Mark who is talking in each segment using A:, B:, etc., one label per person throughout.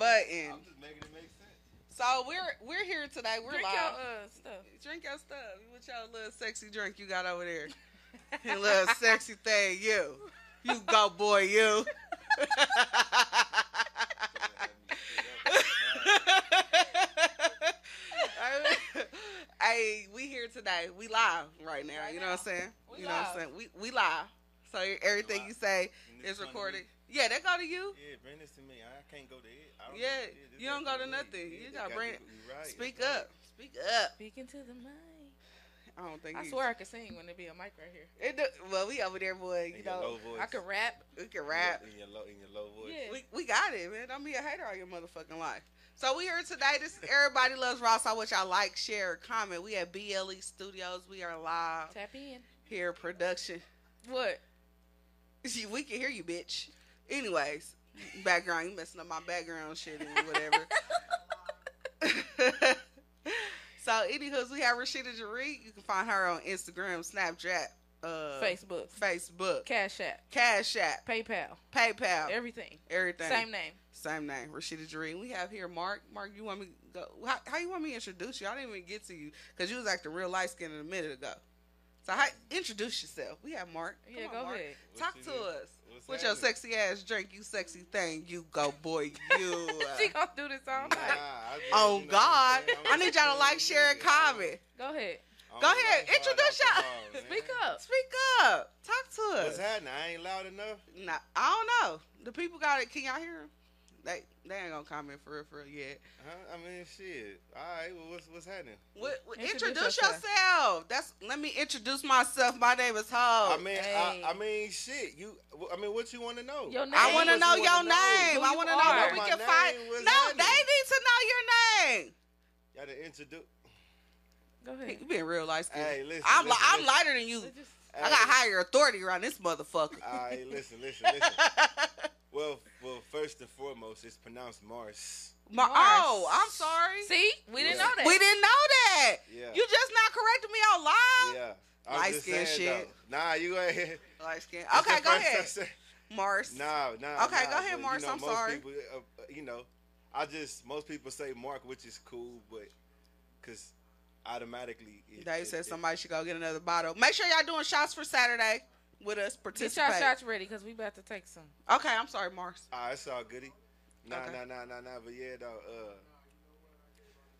A: button.
B: I'm just making it make sense.
A: So we're we're here today. We're
C: Drink
A: live.
C: your uh, stuff.
A: drink your stuff. You with your little sexy drink you got over there. Your little sexy thing, you. You go, boy, you.
B: Somebody had me screwed up.
A: I mean, hey, we here today. We live right now.
C: Right
A: you know what I'm
C: now.
A: saying?
C: We
A: you know what
C: live.
A: I'm saying? We we live. So e, everything you say
B: And this
A: is
B: one to me.
A: recorded. Yeah, that go to you.
B: Yeah, bring this to me. I can't go to it. I don't
A: Yeah,
B: know what it is. This
A: you don't
B: got
A: go to
B: me.
A: nothing. You
B: this
A: gotta
B: got
A: bring
B: to- you right,
A: Speak
B: that's right.
A: up. Speak up.
C: Speaking to the mic.
A: I don't think
C: I
A: you-
C: swear I could sing when there be a mic right here.
A: It do, well, we over there, boy. You
B: In your
A: know,
B: low voice.
C: I could rap.
A: we can rap.
B: in your low, in your low voice.
C: Yeah.
A: We, we got it, man. Don't be a hater all your motherfucking life. So we here today. This is Everybody Loves Ross. I wish y'all like, share, comment. We at BLE Studios. We are live
C: Tap in.
A: here production.
C: What?
A: See, we can hear you, bitch. Anyways, background. You messing up my background shit and whatever. so, anywhoos, we have Rashida Jareed. You can find her on Instagram, Snapchat, uh,
C: Facebook.
A: Facebook,
C: Cash App.
A: Cash App,
C: PayPal.
A: PayPal,
C: Everything.
A: everything.
C: Same name.
A: Same name, Rashida Jareen. We have here Mark. Mark, you want me to go? How, how you want me to introduce you? I didn't even get to you because you was acting real light skinned a minute ago. So how, introduce yourself. We have Mark. Come
C: yeah,
A: on,
C: go
A: Mark.
C: ahead.
B: What
A: Talk
B: you
A: to
B: do?
A: us
B: What's
A: with your
B: happening?
A: sexy ass drink. You sexy thing. You go, boy. You.
C: she gonna do this all
B: Nah,
C: night.
B: I just- you know
A: oh
B: what I'm
A: God!
B: saying? I'm
A: I need
B: just
A: y'all
B: saying,
A: to like, share, and
B: yeah, I don't-
A: comment.
C: Go ahead.
B: I don't
A: Go
B: like
A: ahead,
B: hard
A: introduce
B: alcohol, man.
C: Speak up.
A: Speak up. Talk to us.
B: What's happening? I ain't loud enough.
A: Nah, I don't know. The people got it. Can y'all hear 'em? They they ain't gonna comment for real, for real yet.
B: Huh? I mean, shit. All right, well, what's what's happening?
A: What, what-
C: Introduce
A: introduce,
C: yourself.
A: yourself. That's let me introduce myself. My name is Ho.
B: I mean,
C: hey.
B: I, I mean, shit. You, I mean, what you want to know?
C: Your name.
A: I want to
B: Name
A: know
B: was
A: your
B: wanna
A: name.
C: Who
B: know.
A: I
C: you
A: want to know where
C: are.
A: we
B: My
A: can
B: name
A: find.
B: was
A: No,
B: happening.
A: they need to know your name.
B: Y'all to introduce.
C: Go ahead.
A: Hey, you being real light skinned.
B: Hey, listen.
A: I'm li-
B: listen,
A: I'm
B: listen.
A: lighter than you.
C: Let's just-
A: I got higher authority around this motherfucker.
B: All right, listen, listen, Uh, listen. well, well, first and foremost, it's pronounced Mars.
A: My,
C: Mars.
A: oh, I'm sorry.
C: See, we didn't
B: Yeah.
C: know that.
A: we didn't know that.
B: Yeah.
A: You just not correcting me out loud.
B: yeah.
A: Light
B: just
A: skin
B: saying,
A: shit.
B: Though. Nah, you ain't.
A: Light skin.
B: It's
A: Okay,
B: the
A: go
B: first
A: ahead.
B: person-
A: Mars.
B: Nah, nah.
A: Okay,
B: nah,
A: go ahead,
B: but,
A: Mars,
B: You know,
A: I'm
B: most
A: sorry.
B: People, uh, uh, you know, I just most people say Mark, which is cool, but because automatically it,
A: Dave
B: it-
A: said
B: it-
A: somebody should go get another bottle. Make sure y'all doing shots for Saturday with us.
C: Get
A: Participate.
C: y'all shots ready because we about to take some.
A: Okay, I'm sorry, Mars.
B: Ah, it's all goody. Nah,
A: Okay.
B: nah, nah, nah, nah. But yeah, though. Uh,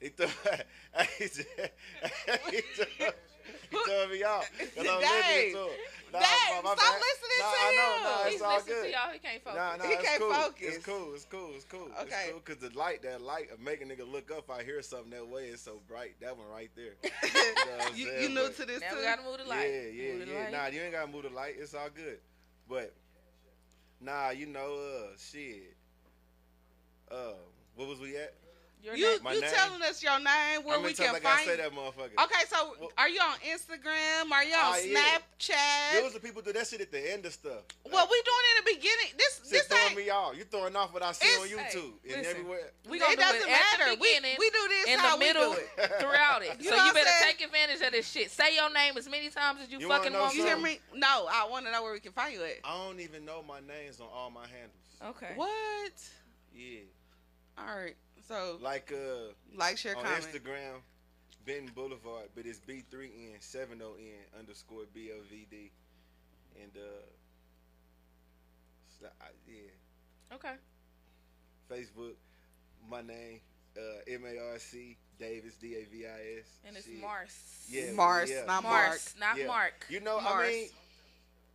B: he threw, he just- he threw- he threw me off. 'cause I'm listening
A: Dave.
B: to him. Nah,
A: Dave,
B: my
A: stop
B: bad.
A: listening
B: nah,
A: to
B: I know,
A: him.
B: Nah, it's
C: He's
B: all
C: listening
B: good.
C: to y'all. He can't focus.
B: Nah, nah,
A: He
B: it's
A: can't
B: cool.
A: focus.
B: It's cool. It's cool. It's cool.
A: Okay.
B: It's cool because the light, that light of making nigga look up, I hear something that way is so bright. That one right there. know what I'm
A: you,
B: saying?
A: you new
B: But-
A: to this
C: Now we
A: too.
C: gotta move the light.
B: Yeah, yeah,
C: move the
B: yeah.
C: light.
B: Nah, you ain't gotta move the light. It's all good. But nah, you know, uh, shit. Uh, what was we at?
C: Your name-
A: you
B: My
A: you
B: name.
A: telling us your name where
B: I'm
A: we can
B: gonna like
A: find
B: I say
A: you.
B: that motherfucker.
A: Okay, so
B: Well-
A: are you on Instagram? Are you on
B: Ah, yeah.
A: Snapchat?
B: There was the people do that shit at the end of stuff.
A: what we doing in the beginning? This
B: Shit
A: this
B: throwing
A: ain't.
B: me off. You throwing off what I see
A: It's-
B: on
C: hey,
B: YouTube and
C: listen.
B: everywhere.
C: we gonna
A: it
C: do
A: doesn't
C: it at
A: matter.
C: the
A: we,
C: beginning,
A: we do this
C: in
A: how
C: the middle,
A: we do it.
C: throughout it.
A: You
C: so
A: know
C: you
A: what I'm
C: better
A: saying?
C: take advantage of this shit. Say your name as many times as you,
B: You wanna
C: fucking
B: know
C: want.
A: You hear
B: So-
A: me? No, I want to know where we can find you at.
B: I don't even know my names on all my handles.
C: Okay.
A: What?
B: Yeah,
A: All right. So like,
B: like uh,
A: share,
B: on
A: comment.
B: Instagram, Benton Boulevard, but it's B three N seven O N underscore B O V D, and uh, so I- yeah,
C: Okay.
B: Facebook, my name, uh, M A R C Davis D A V I S,
C: And it's
B: Shit.
C: Mars.
B: Yeah,
A: Mars,
B: yeah.
A: not Mark.
C: Mars, not
B: Yeah.
C: Mark.
B: You know,
A: Mars.
B: I mean,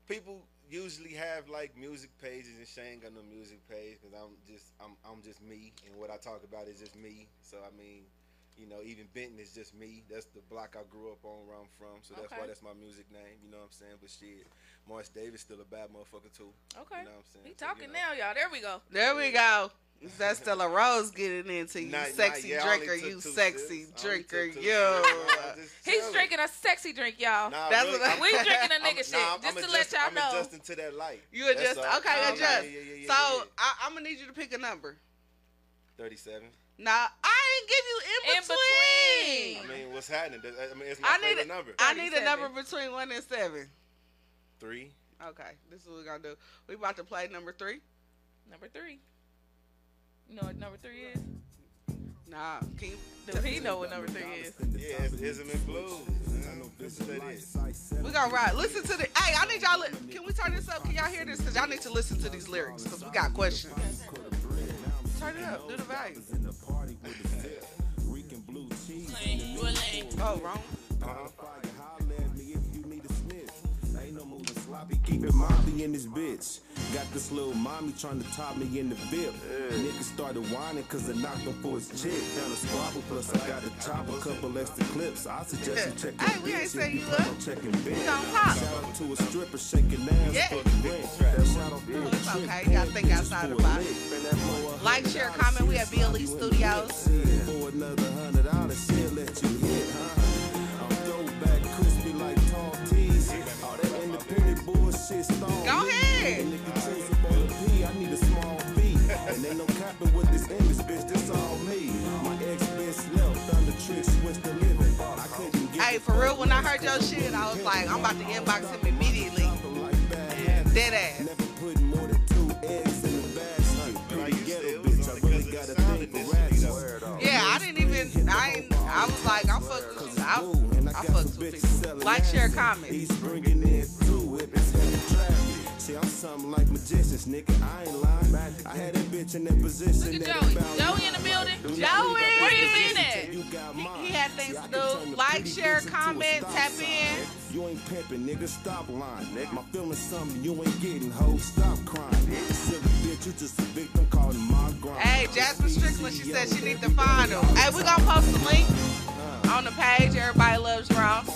B: people usually have like music pages, and she ain't got no music page because I'm just I'm I'm just me, and what I talk about is just me. So I mean, you know, even Benton is just me. That's the block I grew up on, where I'm from. So that's
C: Okay.
B: why that's my music name. You know what I'm saying? But shit, Morris Davis still a bad motherfucker too.
C: Okay.
B: You know what I'm saying?
C: We
B: So,
C: talking
B: you know.
C: now, y'all. There we go.
A: There we go. That's Stella Rose getting into you,
B: Not- not
A: sexy
B: yet. I only
A: drinker.
B: took
A: You
B: two
A: sexy
B: sips. I only took
A: drinker.
B: two
A: You.
B: sips. I'm just
C: He's
B: chilling.
C: drinking a sexy drink, y'all.
B: Nah,
A: That's
B: really,
A: what I-
B: I'm-
C: We drinking a
B: I'm-
C: nigga shit.
B: nah, I'm-
C: just
B: I'm
C: to let
B: adjust-
C: y'all
B: I'm
C: know.
B: adjusting to that light.
A: You adjust.
B: That's all.
A: Okay,
C: Okay.
A: adjust.
B: Yeah, yeah, yeah, yeah,
A: so
B: yeah.
A: I, I'm gonna need you to pick a number.
B: 37.
A: Now I didn't give you in
C: In between.
A: between.
B: I mean, what's happening? That- I mean, it's
A: I
B: my
A: need
B: favorite
A: it-
B: number.
A: I need a
C: 37.
A: number between one and seven.
B: Three.
A: Okay, this is what we're gonna do. We about to play number three.
C: Number three. You know what number three is?
A: Nah, can you?
C: Do he know what number three is?
B: Yeah, it's Ism and Blues. I know this is what it is.
A: We gonna ride. Listen to the. Hey, I need y'all. Li- can we turn this up? Can y'all hear this? Cause y'all need to listen to these lyrics. Cause we got questions. Turn it up. Do the value. Oh, wrong.
D: Uh-huh. Keep it moppy in this bitch. Got this little mommy trying to top me in the VIP. Nigga started whining cause I knocked him for his chick. Down a squabble, plus I got a chop, a couple extra clips. I suggest you check
A: Hey,
D: your
A: we ain't
D: bitch
A: say
D: if you
A: you
D: plan
A: up.
D: on checking bitch.
A: gonna pop.
D: Shout out to a stripper shaking ass
A: Yeah.
D: for the rent. That shout out for
A: it's
D: a trick,
A: okay. You gotta
D: boy,
A: think
D: bitch,
A: outside the
D: for a
A: box.
D: lick. And that blow a
A: Like,
D: hundred
A: share,
D: dollars,
A: comment.
D: see
A: We
D: the
A: at BLE
D: smile you in the
A: Studios.
D: lips. For another hundred dollars, she'll let you hit, huh? I'm throwback crispy like tall tees. All that independent bullshit stone.
A: Go ahead.
D: Nigga chase up on the P, I need a small beat. And ain't no capping with this English bitch, this all me. My ex bitch left, found the trick, switched the living. I couldn't get
A: Hey, for real, when I heard your shit, I was like, I'm about to inbox him immediately.
D: like that.
A: Dead ass.
D: Never put more than two eggs in the basket.
B: Like
D: Pretty
B: you said,
D: ghetto
B: it was
D: bitch, I
B: only 'cause
D: really
B: of the
D: got a
B: sound
D: thing
B: of this
D: for
B: shit,
D: ratchets.
B: though.
A: Yeah, I didn't even. I ain't, I was like, I'm fucking with you. I, I fucks with people. Like, share, comment.
D: He's bringing in two if it's heavy traffic. See, I'm something like magicians, nigga. I ain't lying. I had that bitch in that
C: Look
D: position.
C: at
D: that
C: Joey.
D: about
C: Joey in the building.
A: Joey!
C: Where you been at?
D: You got mine.
A: He had things
D: See, I
A: to
D: can
A: do.
D: turn the
A: Like,
D: pretty
A: share,
D: bitch into a
A: comment,
D: stop
A: tap
D: sign,
A: in.
D: nigga. You ain't pimping, nigga. Stop lying, nigga. My feelings something you ain't getting, ho. Stop crying. nigga. Silly bitch, you just a victim calling my grind.
A: Hey, Jasmine Strickland, she said she need to find him. Hey, we gonna post the link on the page. Everybody loves Ross.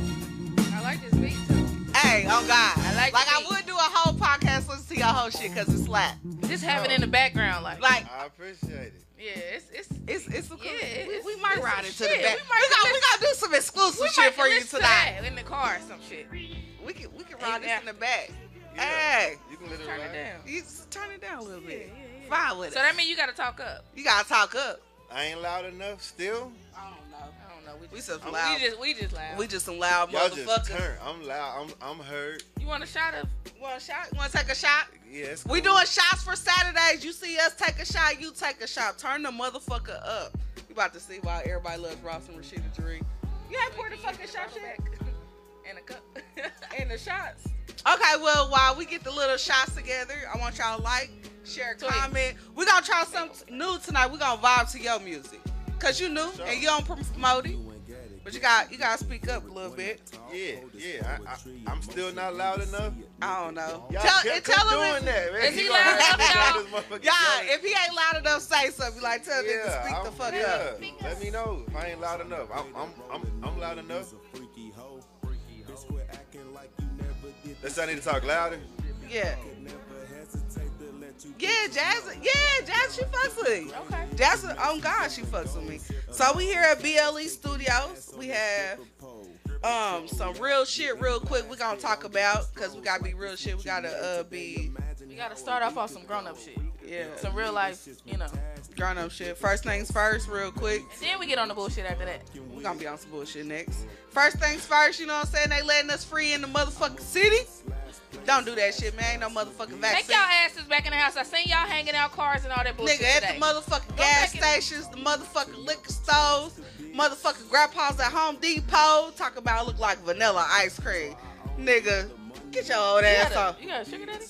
C: I like this beat too.
A: Hey, oh God.
C: I like
A: I
C: the beat.
A: would do a whole podcast, listen to your whole shit because it's slap.
C: Just have it in the background, like,
A: Like,
B: I appreciate it.
C: yeah, it's it's
A: it's it's a
C: Yeah,
A: we,
C: it's-
A: we might
C: it's
A: ride
C: some
A: it to the
C: shit.
A: back.
C: We
A: We,
C: might
A: gonna, we gonna do some exclusive
C: we
A: shit
C: might
A: for you
C: listen to
A: tonight.
C: that in the car or some shit.
A: We can we can
C: Amen.
A: ride this in the back.
B: Yeah,
A: Hey.
B: You can let it
C: Turn it
B: ride.
C: down.
A: You s- turn it down a little bit.
C: Yeah, yeah, yeah.
A: Fine with
C: So
A: it.
C: that means you gotta talk up.
A: you gotta talk up.
B: I ain't loud enough still.
A: I don't know.
C: I don't know.
A: We
C: just,
A: some
C: we
A: loud.
C: just we just loud.
A: We just some loud
B: Y'all just
A: motherfuckers.
B: turn. I'm loud. I'm I'm heard.
C: you want a shot of?
A: Want a shot? Want to take a shot?
B: Yeah, it's
A: We
B: cool.
A: doing shots for Saturdays. You see us take a shot, you take a shot. Turn the motherfucker up. You about to see why everybody loves Ross and Rashida Dree. You ain't poured the fucking shot yet.
C: And a cup.
A: And the shots. Okay, well, while we get the little shots together, I want y'all to like, share,
C: Tweet.
A: comment. We're going to try something new tonight. We're going to vibe to your music. Because you new and you don't promote it. But you got you gotta speak up a little bit.
B: Yeah, yeah. I, I, I'm still not loud enough.
A: I don't know.
B: Y'all
A: Tell,
B: kept
A: tell him
B: doing
A: if-
B: that, man.
C: Is he
B: You gonna
C: loud
B: have me
C: enough,
B: loud as motherfucker.
A: Yeah,
B: Tell
A: if he ain't loud enough, say something. Like tell
B: me.
A: niggas
B: Yeah,
A: speak the
B: I'm-
A: fuck
B: yeah.
A: up.
B: Let me know if I ain't loud enough. I'm I'm I'm, I'm loud enough. That's I need to talk louder.
A: Yeah. Yeah, Jazz. Yeah, Jazz. She fucks with me.
C: Okay.
A: Jazz. Oh God, she fucks with me. So we here at BLE Studios. We have um some real shit, real quick. We gonna talk about because we gotta be real shit. We gotta uh be
C: We gotta start off on some grown up shit.
A: yeah
C: Some real life, you know.
A: grown up shit. First things first, real quick.
C: Then we get on the bullshit after that.
A: We gonna be on some bullshit next. First things first, you know what I'm saying? They letting us free in the motherfucking city. Don't do that shit, man. Ain't no motherfucking
C: Take
A: vaccine.
C: y'all asses back in the house. I seen y'all hanging out cars and all that bullshit
A: Nigga, at
C: today.
A: the motherfucking
C: Go
A: gas
C: back in-
A: stations, the motherfucking liquor stores, motherfucking grandpas at Home Depot. Talk about look like vanilla ice cream. Nigga, get your old
C: you,
A: ass
C: got
A: off.
C: a, you got a sugar daddy?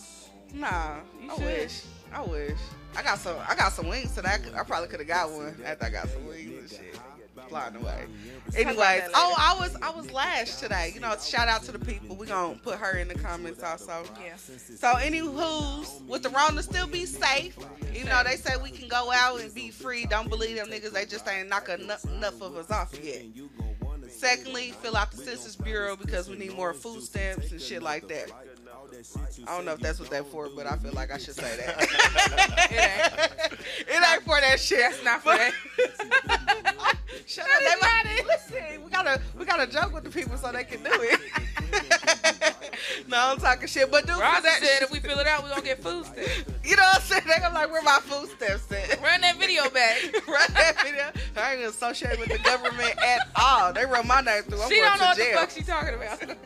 A: Nah,
C: You
A: I
C: should.
A: wish. I wish. I got some. I got some wings today. I, could- I probably could have got one after I got some wings and shit. Flying away. Anyways,
C: later.
A: oh, I was I was lash today. You know, shout out to the people. We gonna put her in the comments also.
C: Yeah.
A: So, anywho's with the Rona, still be safe. Even though they say we can go out and be free, don't believe them niggas. They just ain't knock enough, enough of us off yet. Secondly, fill out the Census Bureau because we need more food stamps and shit like that. I don't know if that's what that's for, but I feel like I should say that.
C: It ain't.
A: it ain't for that shit. That's
C: not for that.
A: Shut up, they might listen. We gotta we gotta joke with the people so they can do it. no, I'm talking shit, but do for
C: Ross
A: that
C: said
A: shit.
C: if we fill it out, we gonna get food stamps.
A: You know what I'm saying? They gonna be like, where my food stamps at?
C: Run that video back.
A: Run that video. I ain't associated with the government at all. They run my name through. I'm
C: she
A: going
C: don't know what
A: to jail.
C: the fuck she talking about.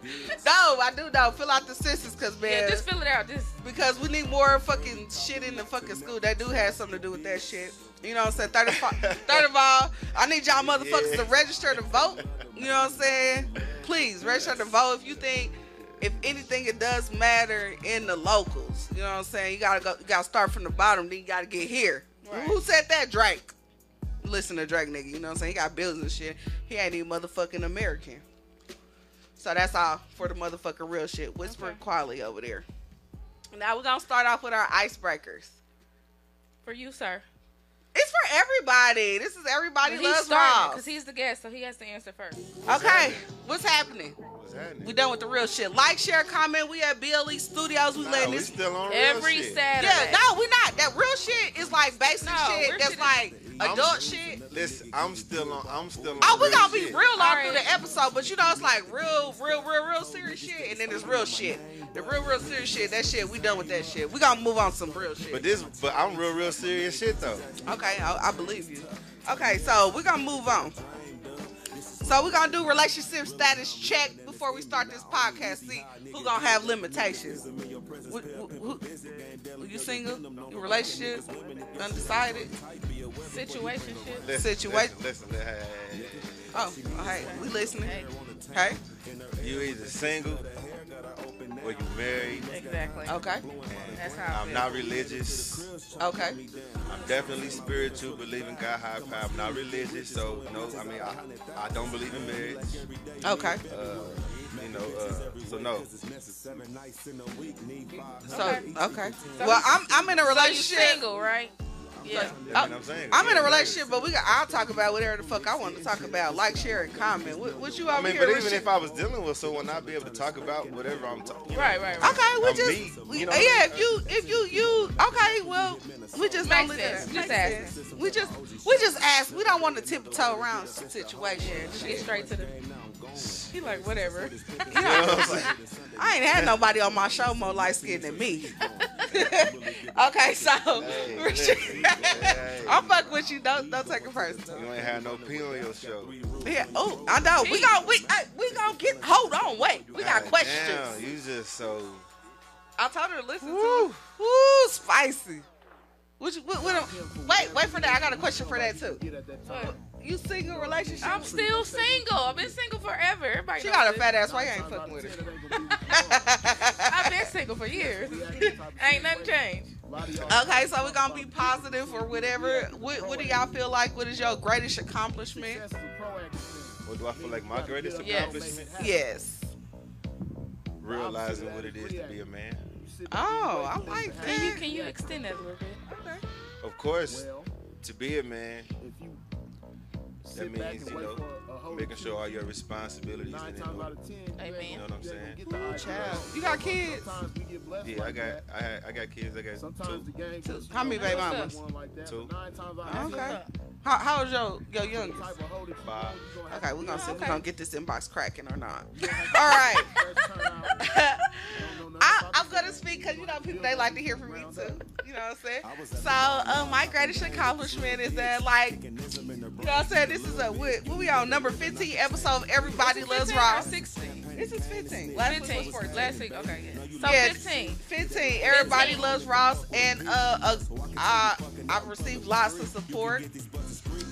A: No, I do know. Fill out the census, cause man,
C: yeah, just fill it out. Just
A: because we need more fucking shit in the fucking school. That do have something to do with that shit. You know what I'm saying? Third of, fi- third of all, I need y'all motherfuckers to register to vote. You know what I'm saying? Please register to vote if you think. If anything, it does matter in the locals. You know what I'm saying? You gotta go. You gotta start from the bottom. Then you gotta get here.
C: Right.
A: Who said that, Drake? Listen to Drake, nigga. You know what I'm saying? He got bills and shit. He ain't even motherfucking American. So that's all for the motherfucking real shit. Whispering
C: Okay.
A: quietly over there. Now we're gonna start off with our icebreakers.
C: for you, sir.
A: It's for everybody. This is everybody
C: But
A: loves
C: starting
A: Ross.
C: because he's the guest, so he has to answer first.
A: Okay, what's happening?
B: What's happening?
A: We done with the real shit. Like, share, comment. We at BLE Studios. We
B: Nah,
A: letting
B: we
A: this.
B: still on real
C: Every
B: shit.
C: Saturday.
A: Yeah, no, we not. That real shit is like basic
C: No,
A: shit.
C: real
A: That's
C: shit is-
A: like
B: I'm-
A: adult shit.
B: Listen, I'm still on. I'm still on.
A: Oh, we
B: real
A: gonna be
B: shit.
A: real all
C: Alright.
A: through the episode, but you know it's like real, real, real, real serious shit, and then it's real shit. The real, real serious shit. That shit, we done with that shit. We gonna move on to some real shit.
B: But this, but I'm real, real serious shit though.
A: Okay, I, I believe you. Okay, so we're gonna move on. So we're gonna do relationship status check before we start this podcast. See who gonna have limitations. Wh- wh- who- you single? You relationship? Undecided?
C: Situation shit.
B: Listen,
A: Situation-
B: Listen, listen, hey, hey,
A: Oh, all right. We listening.
C: Hey,
A: Okay.
B: hey. you either single or you married.
C: Exactly.
A: Okay.
C: That's how I
B: I'm
C: feel.
B: not religious.
A: Okay.
B: I'm definitely spiritual, believe in God, high power. I'm not religious, so no. I mean, I, I don't believe in marriage.
A: Okay.
B: Uh, you know, uh, so no.
A: So okay. Well, I'm I'm in a
C: So you
A: relationship.
C: single, right? Yeah.
B: That's what I'm saying.
A: I'm in a relationship, but we got, I'll talk about whatever the fuck I want to talk about. Like, share, and comment. What, what you over
B: I mean,
A: here?
B: but even
A: with
B: if I was dealing with someone, I'd be able to talk about whatever I'm talking.
C: Right, right, right.
A: Okay, we
B: I'm
A: just
B: me,
A: we-
B: you know?
A: yeah. If you if you you okay, well we just
C: Makes
A: don't let that-
C: sense,
A: makes
C: just ask.
A: sense. We just we just ask. We don't want to tiptoe around some situation.
C: Get
A: Shit.
C: straight to the. He like whatever.
A: You know what I'm saying? I ain't had nobody on my show more light skinned than me. okay, so
B: Hey, listen, hey.
A: I fuck with you. Don't don't take it personal.
B: You ain't had no pee on your show.
A: Yeah. Oh, I know. We gon' we I, we gonna get. Hold on. Wait. We got
B: God
A: questions.
B: Damn, you just so.
A: I told her to listen
B: Woo.
A: to. Woo, spicy. What you, what, what, am- wait, wait for that. I got a question for that too.
C: But
A: You single relationship?
C: I'm still single. I've been single forever. Everybody
A: she
C: knows
A: got a
C: this.
A: fat ass. Why you ain't fucking with her?
C: I've been single for years. Ain't nothing changed.
A: Okay, so we're gonna be positive or whatever. What, what do y'all feel like? What is your greatest accomplishment?
B: What do I feel like my greatest
C: Yes.
B: accomplishment?
A: Yes.
B: Realizing what it is to be a man.
A: Oh, I like
C: Can you
A: that.
C: can you extend that a little bit?
B: Of course, to be a man, that means you know making sure all your responsibilities and in order. You know
C: Amen.
B: what I'm saying?
A: Ooh, child. You got kids?
B: Yeah, I got I had, I got kids. I got
E: Sometimes
B: two.
E: the game
A: Two. How many baby mamas?
B: Two.
A: Okay. How, how's your your youngest?
B: Five.
A: Okay, we're gonna see if we're
C: Okay.
A: gonna get this inbox cracking or not. All right. I, I'm gonna speak because you know people they like to hear from me too. You know what I'm saying? So uh, my greatest accomplishment is that like you know what I'm saying this is a what, what we on number 15 episode of Everybody Loves
C: 15 or
A: Ross.
C: 16.
A: This is 15. Last week was
C: 15.
A: 14.
C: Last week. Okay. Yeah. So
A: Yeah.
C: 15.
A: 15. Everybody
C: 15.
A: loves Ross, and uh, uh, I, I've received lots of support.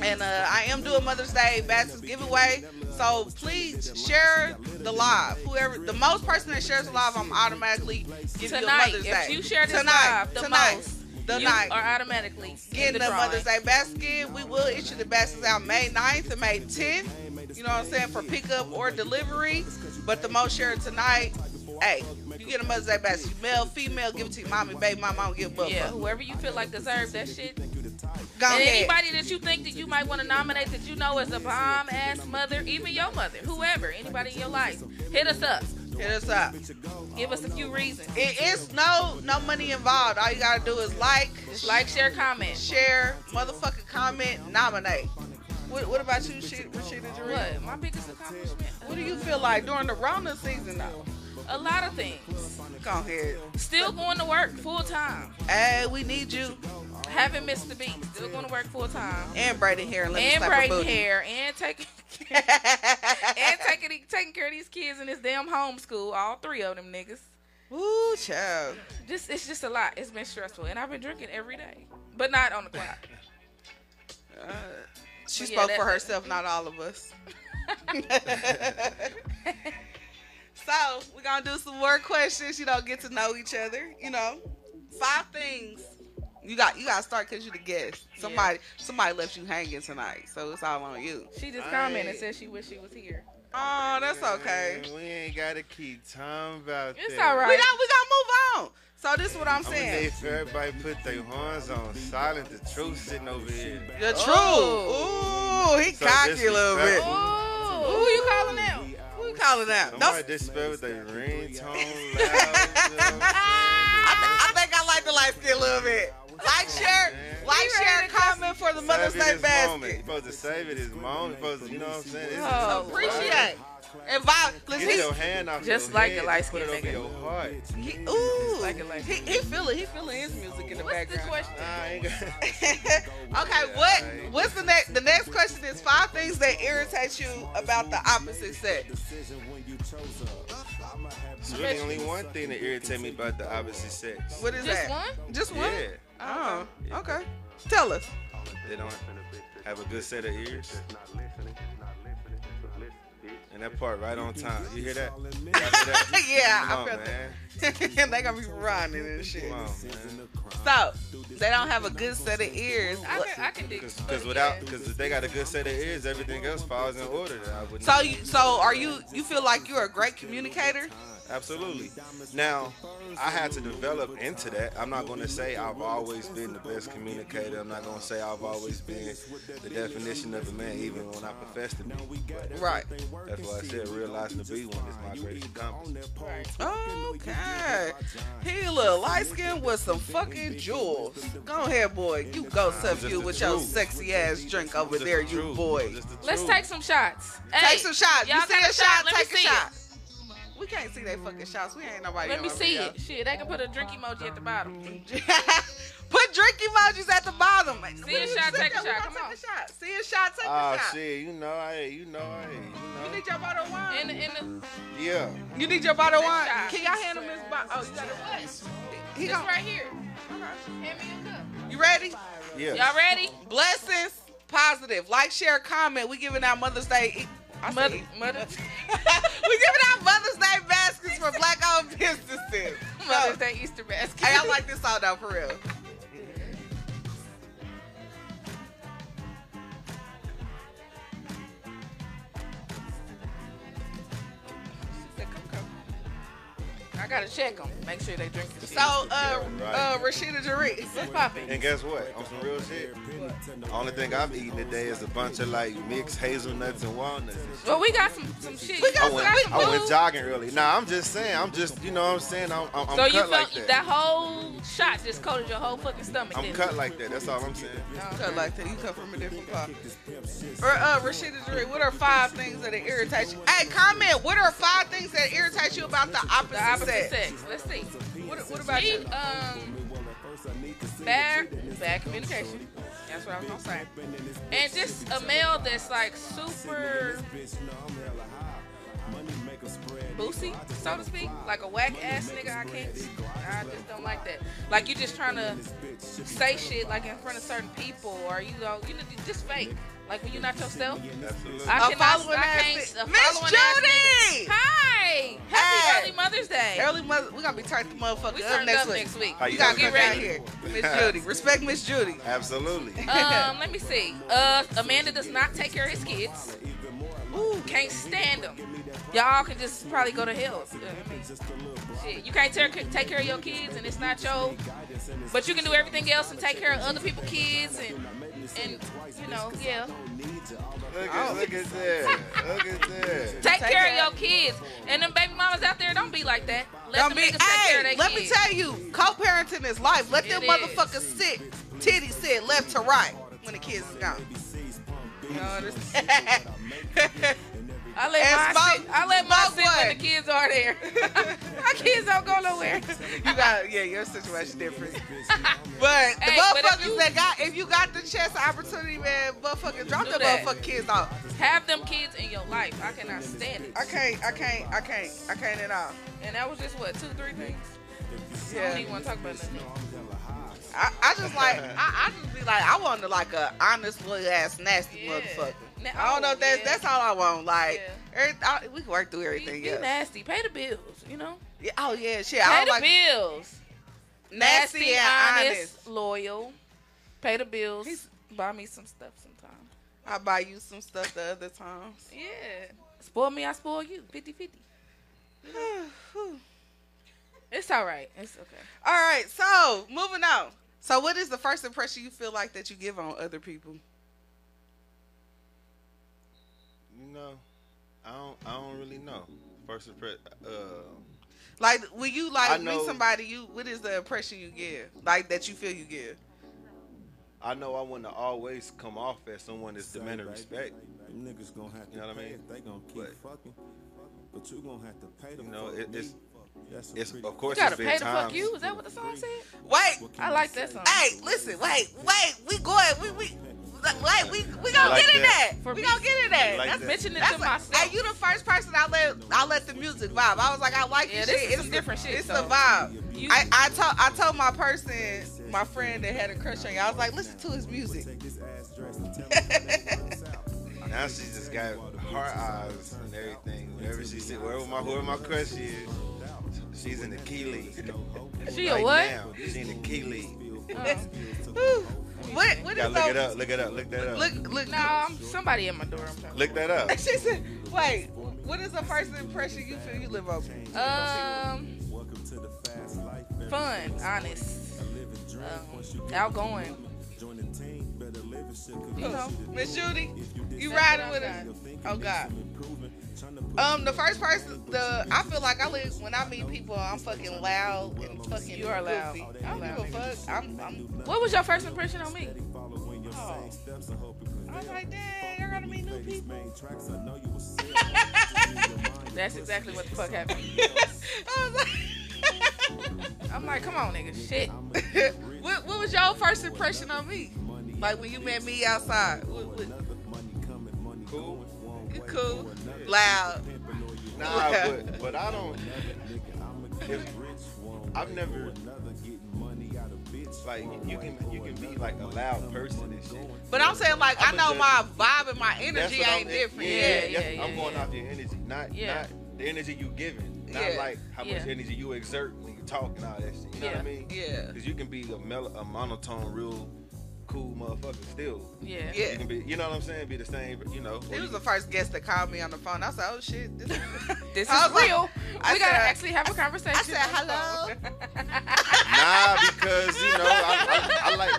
A: And uh, I am doing Mother's Day Bachelor's giveaway, so please share the live. Whoever the most person that shares the live, I'm automatically
C: Tonight,
A: giving you a Mother's
C: if
A: Day.
C: you share this
A: tonight,
C: live, the
A: tonight,
C: most,
A: the
C: you
A: night.
C: are automatically in
A: Getting
C: the
A: the Mother's
C: drawing.
A: Day basket. We will issue the baskets out May 9th and May 10th. You know what I'm saying? For pickup or delivery. But the most shared tonight, hey, you get a Mother's Day basket. You male, female, give it to your mommy, baby, mama, I don't give a fuck.
C: Yeah, whoever you feel like deserves that shit.
A: Go
C: And
A: ahead.
C: anybody that you think that you might want to nominate that you know is a bomb ass mother, even your mother, whoever, anybody in your life, hit us up.
A: Hit us up.
C: Give us a few reasons.
A: It is no no money involved. All you gotta do is like,
C: Like, share, comment.
A: share, motherfucking comment, nominate. What, what about you, shit? What shit did you read?
C: What? My biggest accomplishment?
A: What do you feel like during the Rona season though?
C: A lot of things.
A: Go ahead.
C: Still going to work full time.
A: Hey, we need you.
C: Haven't missed a beat. Still going to work full time.
A: And braiding hair. And, let me
C: And
A: slap a
C: braiding
A: booty.
C: hair. And taking and taking taking care of these kids in this damn homeschool. All three of them niggas.
A: Ooh, child.
C: Just it's just a lot. It's been stressful, and I've been drinking every day, but not on the clock.
A: Uh, she
C: Well, yeah,
A: spoke
C: that-
A: for herself, not all of us. so we're gonna do some more questions. You know, get to know each other. You know, five things. You got you got to start because you the guest. Somebody somebody left you hanging tonight, so it's all on you.
C: She just
B: I
C: commented and
B: ain't-
C: said she wished she was here.
A: Oh, that's okay.
B: Man, we ain't gotta keep talking about
C: It's
B: that.
C: all right.
A: We got we gonna move on. So this is what I'm
B: I'm gonna
A: saying.
B: need for everybody to put their horns on silent. The truth sitting over here.
A: The
C: Oh.
A: truth. Ooh, he
B: So
A: cocky a little bit.
B: disrespectful.
C: Ooh, who you calling out?
A: Who you calling out?
B: Somebody
A: Don't,
B: dispel with their ringtone loud. You know what I'm saying?
A: I think I like the light skin a little bit. Like, share, like, share, and comment for the Mother's
B: Save it
A: Day
B: this moment. You
A: basket.
B: supposed to save it this moment. You supposed to, you know what I'm saying? This is-
C: Oh,
A: Appreciate. And vibe. Listen,
B: Get your
A: he's,
B: hand off
C: Just
B: your
C: like
B: head
C: a light
B: and put it
C: skinned
B: over
C: nigga.
B: your heart.
A: he, ooh,
C: Like it, like it.
A: he, he feel it. He feeling his music in the
C: What's the
A: background.
C: question?
B: Nah, I ain't got-
A: okay, what? What's the next? The next question is five things that irritate you about the opposite sex.
B: It's really only one thing that irritates me about the opposite sex.
A: What is
C: Just
A: that?
C: one?
A: Just one?
B: Yeah,
A: Oh, okay. Tell us.
B: they don't have a good set of ears. And that part right on time. You hear that? After that,
A: yeah,
B: Come on,
A: I felt
B: man.
A: that. they gonna be running and shit.
B: Come on, man.
A: So they don't have a good set of ears.
C: I can, I can dig.
B: Because without, because if they got a good set of ears, everything else falls in order. I would
A: So you, so are you? You feel like you're a great communicator?
B: Absolutely. Now, I had to develop into that. I'm not going to say I've always been the best communicator. I'm not going to say I've always been the definition of a man, even when I profess to be. But
A: Right.
B: that's why I said realizing to be one is my greatest accomplishment.
A: Okay. He a little light skin with some fucking jewels. Go ahead, boy. You go sub you with your sexy ass drink over
B: Just
A: there,
B: the
A: you
B: truth.
A: boy.
B: Just the
C: Let's
B: truth.
C: take some shots. Hey,
A: Take some shots. You
C: y'all
A: see
C: got
A: a shot?
C: Let
A: Take
C: me
A: a
C: see
A: shot.
C: It.
A: We can't see they fucking shots. We ain't nobody.
C: Let
A: on
C: me
A: our
C: see
A: video.
C: it. Shit, they can put a drink emoji at the bottom.
A: Put drink emojis at the bottom.
C: See a shot, take a
A: We
C: shot.
A: gonna
C: Come on.
A: Take a shot. See a shot, take a
B: Ah,
A: shot.
B: shit. You know, hey, you know, hey,
A: You
B: you
A: need your bottle of wine.
C: In the, in the,
B: know. Yeah.
A: You need your bottle of
C: Next
A: wine.
C: shot.
A: Can y'all hand him his bottle? Oh, you got it. He
C: it's
A: gon-
C: right here. Hand me a cup.
A: You ready?
B: Yeah.
C: Y'all ready?
A: Blessings, positive. Like, share, comment. We giving out Mother's Day. e- I
C: Mother,
A: said-
C: mother,
A: we giving out Mother's Day baskets for black-owned businesses.
C: Mother's
A: So,
C: Day Easter basket.
A: Hey, I like this song though, for real.
C: I gotta check them. Make sure they drink
A: So, uh, uh, Rashida
C: What's
A: Jaree.
C: poppin'?
B: And guess what? On some real shit. Only thing I've eaten today is a bunch of like mixed hazelnuts and walnuts. and shit.
C: Well, we got some some shit.
A: We got
B: I
A: some-
B: went,
A: we-
B: I went
A: we-
B: jogging early. Nah, I'm just saying. I'm just, you know what I'm saying? I'm, I'm,
C: so
B: I'm cut
C: you felt
B: like that.
C: that whole shot just coated your whole fucking stomach.
B: I'm
C: didn't
B: cut like that. That's all I'm saying.
A: Cut like that. You come from a different cloth. Or uh, Rashida Jaree. What are five things that irritate you? Hey, comment. What are five things that irritate you about the opposite,
C: it? the opposite
A: sex?
C: sex. Let's see.
A: What, what about
C: Me,
A: you?
C: um, bad, bad communication. That's what I was gonna say. And just a male that's like super boozy, so to speak, like a whack ass nigga. I can't. I just don't like that. Like you just trying to say shit like in front of certain people, or you know, you know, just fake. Like when you're not yourself.
B: Absolutely.
C: I
A: A
C: cannot.
A: following
C: I
A: ass
C: can't.
A: bitch.
C: a
A: Miss
C: following ass
A: Judy!
C: nigga. Hi. Happy
A: Hey.
C: early Mother's Day.
A: Early mother, we gonna be turned the motherfucker
C: we
A: up
C: turned
A: next
C: up
A: week.
C: next week.
B: How
A: You
B: you
A: gotta
B: doing?
A: get
B: How
A: right
B: you
A: here, Miss Judy. Respect Miss Judy.
B: Absolutely.
C: Um, let me see. Uh, Amanda does not take care of his kids. Ooh, can't stand them. Y'all can just probably go to hell. You know what I mean? Shit, you can't tear, take care of your kids, and it's not your. But you can do everything else and take care of other people's kids, and and you know, yeah,
B: Look at, look at that. Look at that.
C: take care of your kids. And them baby mamas out there, don't be like that. Let
A: Don't
C: them
A: be.
C: niggas take care of their
A: Hey, let me
C: kids.
A: tell you, co-parenting is life. Let them
C: It
A: motherfuckers sit, titty sit left to right when the kids is gone.
C: No, this- I let
A: And
C: my
A: smoke-
C: sit, I let my
A: smoke
C: sit when
A: what?
C: the kids are there. my kids don't go nowhere.
A: You got yeah, your situation different. But the
C: Hey, but if
A: motherfuckers
C: you-
A: that got if you got the chance and opportunity, man, motherfucking drop
C: Do
A: the
C: that.
A: motherfucking kids off.
C: Have them kids in your life. I cannot stand it.
A: I can't, I can't, I can't, I can't at all.
C: And that was just what two, three things. I don't
A: Yeah.
C: even want to talk about nothing.
A: I, I just like I, I just be like I want to like a honest little ass nasty
C: Yeah.
A: motherfucker.
C: Na-
A: I don't know if that's
C: yeah.
A: that's all I want. Like
C: Yeah.
A: every, I, we can work through
C: Be,
A: everything.
C: be
A: Yeah.
C: nasty. Pay the bills. You know.
A: yeah. Oh yeah. Shit.
C: Pay
A: I
C: the
A: don't like
C: bills.
A: nasty, and honest.
C: loyal. Pay the bills.
A: He's-
C: buy me some stuff sometime.
A: I buy you some stuff the other times.
C: Yeah. Spoil me, I spoil you. 50 50. It's all right. It's okay.
A: All right, so moving on. So, what is the first impression you feel like that you give on other people?
B: You know, I don't. I don't really know. First impression. Uh,
A: Like, when you
B: I
A: like meet
B: know-
A: somebody, you what is the impression you give? Like that you feel you give?
B: I know I want to always come off as someone that's demanding respect.
D: Them niggas gonna have to
B: You know what I
D: pay
B: mean?
D: it. They gonna keep
B: But-
D: fucking. But you gonna have to pay them.
B: You know,
D: fuck
B: it- it's-
D: me. That's a
B: It's
D: pretty-
B: of course
C: You gotta
B: it's been
C: pay to
B: times.
C: fuck you. Is that what the song said?
A: Wait,
D: What can
C: I
D: you
C: like
D: say?
C: that song.
A: hey, listen, wait, wait, we going, we we. Like we we gonna
B: Like
A: get in
B: that.
A: that.
C: For
A: we
C: me.
A: gonna get in that.
B: Like
A: that's
B: that.
C: Mention it
A: that's
C: to
A: like-
C: myself.
A: Hey, you the first person I let I let the music vibe. I was like, I like
C: Yeah,
A: this
C: this
A: shit.
C: is some different shit,
A: It's
C: so-
A: the vibe.
C: You-
A: I, I told I told my person, my friend that had a crush on you. I was like, listen to his music.
D: Take this ass dress and tell me how it works out.
B: Now she just got her eyes and everything. Wherever she sit, wherever my whoever my crush is, she's in the key league.
C: She a
B: Right
C: what?
B: now, she's in the key league.
C: Uh-huh.
A: Whew. what what
B: Gotta
A: is
B: look
A: those-
B: it up. Look it up. Look that up.
A: Look look
C: No, I'm somebody at my door. I'm trying to-
B: Look that up.
A: She said, wait, what is the first impression you feel you live over?
C: Um,
D: Welcome to the fast life. every
C: fun, honest,
D: living dream. Once you
C: um, outgoing.
D: join the team, better live it. Should convince
A: You know,
D: you to
A: Miss
D: do it.
A: Judy,
D: If you did
A: you
D: something
A: riding with
D: you'll
A: us?
D: think
A: Oh
D: it needs
A: God.
D: some improvement. Tryna put
A: Um, the first person, the I feel like I live when I meet people, I'm fucking loud and fucking.
C: You are loud.
A: goofy. I don't give a fuck. I'm, I'm.
C: What was your first impression on me?
D: following your
A: Oh.
D: same steps. I hope you prevail.
A: I'm like, dang, I gotta meet new
D: Ladies,
A: people.
D: main tracks, I know you was sick. Just use your mind,
C: That's
D: your
C: exactly what the fuck happened.
A: I was like,
C: I'm like, come on, nigga, shit.
A: what, what was your first impression on me? Like when you met me outside, what, what,
B: Cool.
A: you cool, loud.
B: Nah, but but I don't. If, I've never like you can you can be like a loud person and shit.
A: But I'm saying like I
B: I'm a
A: know
B: judge.
A: my vibe and my energy
B: what
A: ain't
B: I'm-
A: different.
B: Yeah,
A: Yeah,
C: yeah,
B: that's-
C: yeah,
B: I'm going
C: yeah.
B: off your energy, not
C: Yeah.
B: not the energy you giving, not
A: Yeah.
B: like how much
C: Yeah.
B: energy you exert when you talk and all that shit. You know what I
C: Yeah.
B: mean?
A: yeah.
B: Because you can be a mel- a monotone, real cool motherfucker still.
C: Yeah.
A: Yeah.
B: You can be, you know what I'm saying? Be the same, you know. or
A: He
B: you
A: was the first guest that called me on the phone. I said, "Oh shit, this,
C: This
A: I
C: is
A: was like-
C: real.
A: I
C: we gotta
A: said-
C: actually have a conversation.
A: I said, "Hello."
B: nah, because you know I, I, I like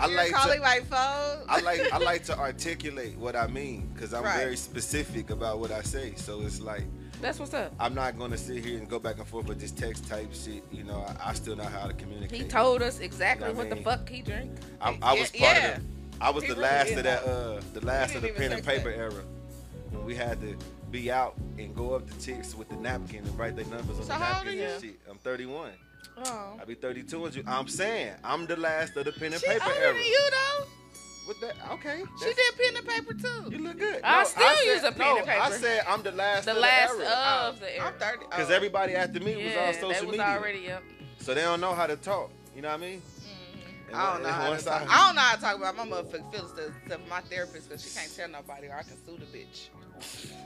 B: I
A: You're
B: like
A: calling
B: to,
A: my phone.
B: I like I like to articulate what I mean because I'm
A: Right.
B: very specific about what I say. So it's like
C: That's what's up.
B: I'm not gonna sit here and go back and forth with this text type shit. You know, I, I still know how to communicate.
C: He told us exactly
B: You know
C: what
B: what I
C: the
B: mean?
C: fuck he drank.
B: I, I was
A: Yeah,
B: part of the, I was
A: He
B: the
A: really
B: last
A: is.
B: of that uh the last of the
A: didn't even
B: pen and
A: text
B: paper
A: that.
B: era when we had to be out and go up to chicks with the napkin and write their numbers on
A: So
B: the
A: how old
B: napkin
A: are
B: and shit. I'm 31.
C: Oh.
B: I'll be 32 in June. I'm saying I'm the last of the pen and
A: she
B: paper
A: older
B: era.
A: than you though.
B: What that? Okay.
A: She
B: that's-
A: did pen and paper too.
B: You look good.
C: I still use a pen
B: no,
C: and
B: I
C: paper.
B: said I'm the last.
C: The
B: of
C: last
B: the era.
C: of the era.
A: I'm thirty.
B: Because
A: oh.
B: everybody after me was
C: Yeah,
B: on social
C: they was
B: media,
C: already up.
B: so they don't know how to talk. You know what I mean?
C: Mm-hmm.
B: And
A: I don't know.
B: and
A: How to
B: once
A: talk.
B: I-
A: I don't know how to talk about my motherfucking feelings to, to my therapist because she can't tell nobody or I can sue the bitch.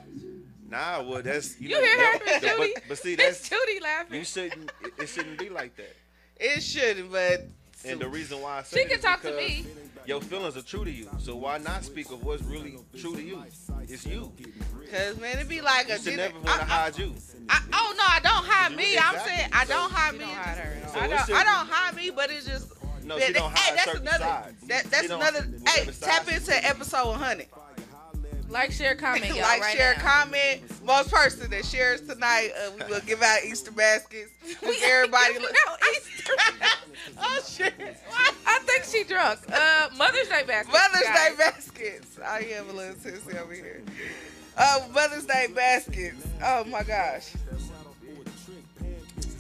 B: Nah, well that's
C: You hear her,
B: that-
C: Miss Judy?
B: But, but see,
C: This
B: that's
C: Judy laughing.
B: You shouldn't. It, it shouldn't be like that.
A: It shouldn't, but
B: And the reason why I said
C: She
B: it
C: can
B: is
C: talk to
B: because
C: me.
B: Your feelings are true to you, so why not speak of what's really true to you? It's you.
A: because man, it be like a.
B: You should
A: dinner-
B: never want to
A: I, I,
B: hide you.
A: I, oh no, I don't hide me. I'm
B: Exactly.
A: saying I don't hide
C: You
A: me.
C: don't hide her.
B: So
A: I
B: it
A: don't,
B: should-
A: I don't hide me, but it's just.
B: No,
A: that-
B: she don't
A: that- hey,
B: hide
A: that's
B: certain
A: another.
B: sides.
A: That,
B: She
A: that's
B: don't-
A: another. Hey,
B: whatever
A: tap
B: sides.
A: into episode 100.
C: Like, share, comment, y'all.
A: like,
C: right
A: share,
C: now.
A: comment. Most person that shares tonight, uh, we will give out Easter baskets.
C: We
A: everybody,
C: ain't giving out Easter.
A: oh shit.
C: I think she drunk. Uh, Mother's Day basket.
A: Mother's Day
C: guys.
A: baskets. I am a little tipsy over here. Uh, Mother's Day baskets. Oh my gosh.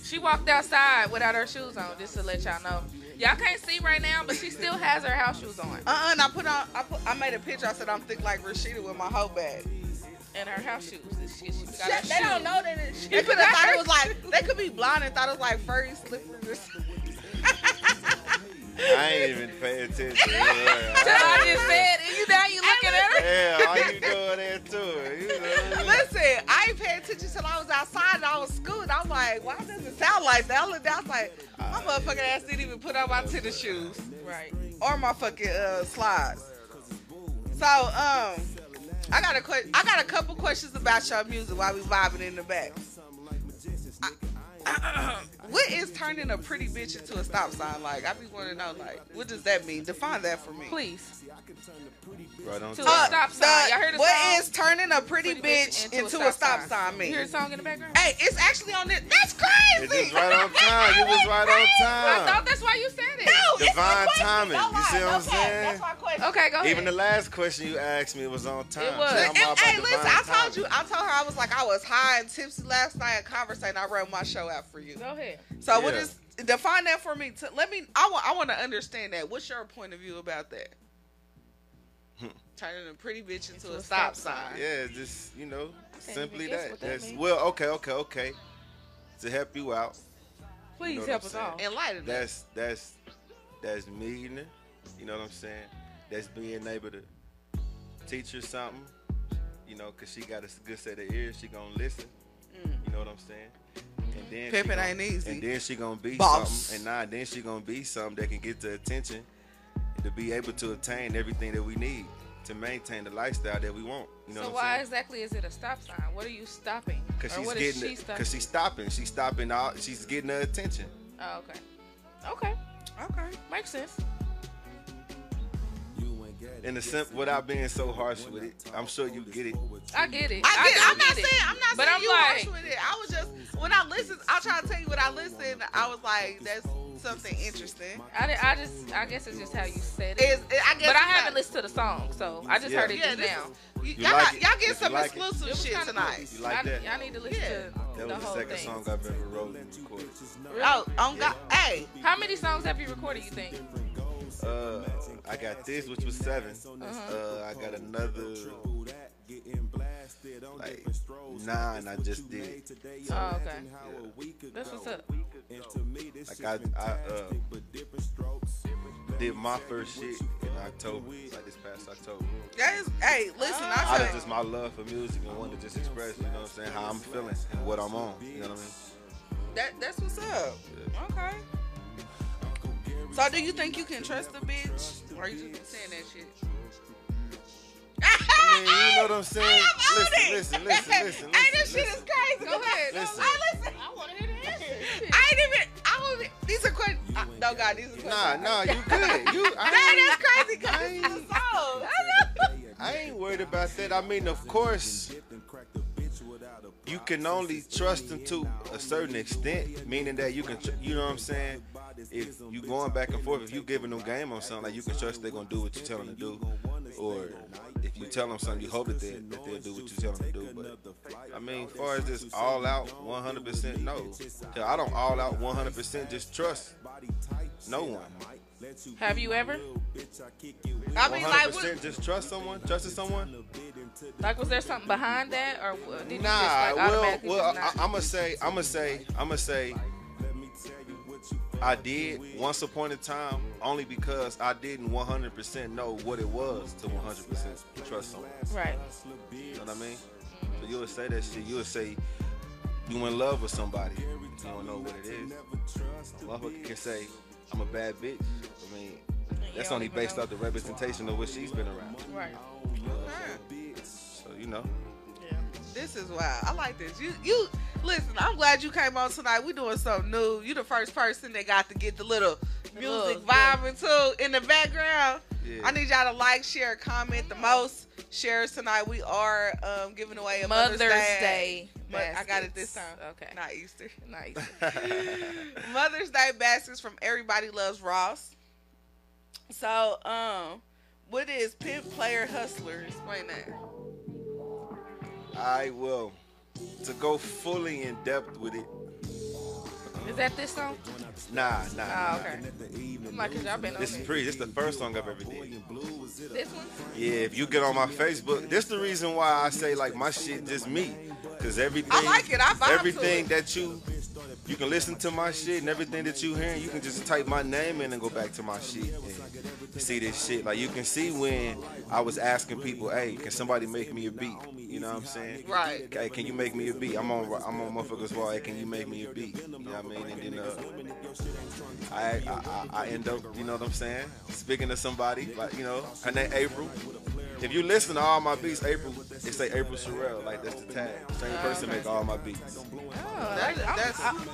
C: She walked outside without her shoes on, just to let y'all know. Y'all can't see right now, but she still has her house shoes on
A: Uh uh and I put on. I put. I made a picture. I said I'm thick like Rashida with my hoe bag.
C: and her house shoes. This shit, she got her
A: Shit, they don't
C: shoes.
A: know that. It, they could have thought it was like. They could be blind and thought it was like furry slippers. or something.
B: I ain't even paying attention.
C: Tell
B: Yeah,
C: I just said, and you now you looking at her.
B: yeah all you doing is to it. You know?
A: Listen, I ain't paying attention till I was outside and I was scooting. I'm like, why does it sound like that? I looked down, I was like, my motherfucking ass didn't even put on my tennis shoes.
C: Right.
A: or my fucking uh, slides. So um, I got a que- I got a couple questions about your music while we vibing in the back. I- what is turning a pretty bitch into a stop sign like? I be want to know like, what does that mean? Define that for me. Uh,
C: Please.
B: Bro, don't
C: To
B: try.
C: a stop sign.
A: The-
C: Y'all heard the song?
A: what is turning a pretty, bitch, into, a stop, sign,
C: You
A: mean?
C: hear a song in the background?
A: Hey, it's actually on it. That's
B: It's
A: crazy.
B: just right on time. You was right on
C: I thought
B: time.
C: that's why you said it.
A: uh, no, it's my
B: Divine
A: question.
B: timing.
A: Don't
B: You see
A: lie.
B: what I'm
A: okay,
B: saying?
A: That's my question.
C: Okay, go ahead.
B: Even the last question you asked me was on time.
C: It was.
B: See,
A: But
B: I'm
A: if-
B: all about
A: hey, listen, I
B: divine
A: told you,
B: timing.
A: I told her I was like, I was high and tipsy last night at conversation. I ran my show out for you.
C: Go ahead.
A: So what
B: Yeah.
A: is define that for me? To, let me. I want. I want to understand that. What's your point of view about that?
B: Hmm.
A: Turning a pretty bitch into, a stop, sign.
B: Yeah, just you know,
C: even
B: simply
C: guess
B: that.
C: what that
B: That's-
C: means.
B: well, okay, okay, okay. To help you out,
C: Please
B: You know
C: help
B: what
C: us
B: I'm
C: all.
A: In light of that.
B: that's that's that's meeting. You know what I'm saying? That's being able to teach her something. You know, cause she got a s- good set of ears. She gonna listen.
C: Mm.
B: You know what I'm saying? And then she
A: Pimping
B: gonna-
A: ain't easy.
B: And then she gonna be
A: Boss.
B: something. And now then she gonna be something that can get the attention to be able to attain everything that we need to maintain the lifestyle that we want. You know
C: so
B: what I'm
C: why
B: saying?
C: exactly is it a stop sign? What are you stopping?
B: Cause
C: or
B: she's
C: what is
B: getting,
C: she stopping?
B: cause she's stopping. She's stopping. All, she's getting her attention.
C: Oh, okay. Okay.
A: Okay.
C: Makes sense.
B: In the simp, without being so harsh with it, I'm sure you get it.
C: I get it.
A: I get,
C: do
A: I'm not
C: get it.
A: saying I'm not
C: But
A: saying
C: I'm
A: you
C: like-
A: harsh with it. I was just when I listened, I'll try to tell you what I listened. I was like, that's something interesting.
C: I, di- I just, I guess it's just how you said it.
A: It's, it I guess
C: But I
A: it's
C: haven't
A: not-
C: listened to the song, so I just
B: Yeah.
C: heard it
A: Yeah,
C: just
A: this
C: now.
A: is,
B: You
A: y'all,
B: like
A: got-
B: it?
A: y'all
B: If you
A: get some
B: like it.
C: It
A: exclusive
C: was
A: shit
C: kinda
A: tonight.
C: cool.
B: You like
C: I,
B: that?
C: I need to listen to
A: Yeah.
B: That
C: the
B: was the
C: whole
B: second
C: thing.
B: song I've ever wrote and recorded.
C: Really?
A: Oh, on God. Hey,
C: How many songs have you recorded? You think?
B: Uh, I got this, which was seven.
C: Uh-huh.
B: Uh, I got another like nine. I just did.
C: Oh, okay.
B: Yeah.
C: That's what's up.
B: Like I, I uh, did my first shit in October, like this past October.
A: that is. Hey, listen. I
B: Out
A: said,
B: of just my love for music and wanted to just express, you know what I'm saying, how I'm feeling and what I'm on. You know what I mean?
A: That that's what's up. Okay. So do you think you can trust a bitch? Or you just been saying that shit?
B: I mean, you know what I'm saying?
A: I'm on it.
B: Listen, listen, listen, listen.
A: hey, this
B: listen.
A: shit is crazy.
C: Go ahead.
A: No,
B: Listen.
A: I listen.
C: I want to hear the answer.
A: I ain't even. I was. These are questions. Uh, no, God, these are questions.
B: Nah, nah, you good. You, I,
A: That is crazy.
B: I
A: Cause this is
B: ain't-
A: a song. I know.
B: I ain't worried about that. I mean, of course, you can only trust them to a certain extent, meaning that you can, tr- you know what I'm saying? If you going back and forth, if you giving them game on something, like you can trust they're gonna do what you tell them to do, or if you tell them something, you hope that, they, that they'll do what you tell them to do. But I mean, as far as this all out 100%, no, 'Cause I don't all out 100% just trust no one.
C: Have you ever?
A: I mean, like,
B: 100%
A: what,
B: just trust someone, trusting someone.
C: Like, was there something behind that, or uh, did you
B: Nah,
C: just like
B: well,
C: automatically?
B: well,
C: just
B: I,
C: not-
B: I'm gonna say, I'm gonna say, I'm gonna say, I did once upon a time only because I didn't 100% know what it was to 100% trust someone.
C: right.
B: You know what I mean? So you would say that shit. You would say you in love with somebody. You don't know what it is. A motherfucker can say I'm a bad bitch. I mean, that's
C: don't
B: only
C: even
B: based
C: know.
B: off the representation of what she's been around.
C: Right.
B: So you know.
A: This is wild. I like this. You you listen. I'm glad you came on tonight. We doing something new. You the first person that got to get the little
C: little-
A: music vibing too in the background.
B: Yeah.
A: I need y'all to like, share, comment the most. shares tonight. We are um, giving away a
C: Mother's Day.
A: But I got it this time.
C: baskets. Okay.
A: Not Easter.
C: Nice.
A: Mother's Day baskets from Everybody Loves Ross. So, um, what is pimp player hustler? Explain that.
B: I will. To go fully in depth with it.
C: Is that this song?
B: Nah, nah. nah.
C: Oh, okay. I'm like, you y'all been on
B: This is
C: it.
B: pretty. This is the first song I've ever did.
C: This one?
B: Yeah, if you get on my Facebook, this the reason why I say like my shit just me, cause everything,
A: I like it. I vibe to
B: everything
A: it.
B: that you, you can listen to my shit and everything that you hearing, you can just type my name in and go back to my shit and see this shit. Like you can see when I was asking people, hey, can somebody make me a beat? You know what I'm saying?
A: Right.
B: Hey, can you make me a beat? I'm on, I'm on motherfuckers wall. Hey, can you make me a beat? You know what I mean? And then uh, I, I, I I end up, you know what I'm saying? Speaking to somebody, like, you know, her name April. If you listen to all my beats, April, it say April Sherelle, like that's the tag. Same person make all my beats.
C: Oh,
A: That-
C: I'm-
A: that's-
C: I-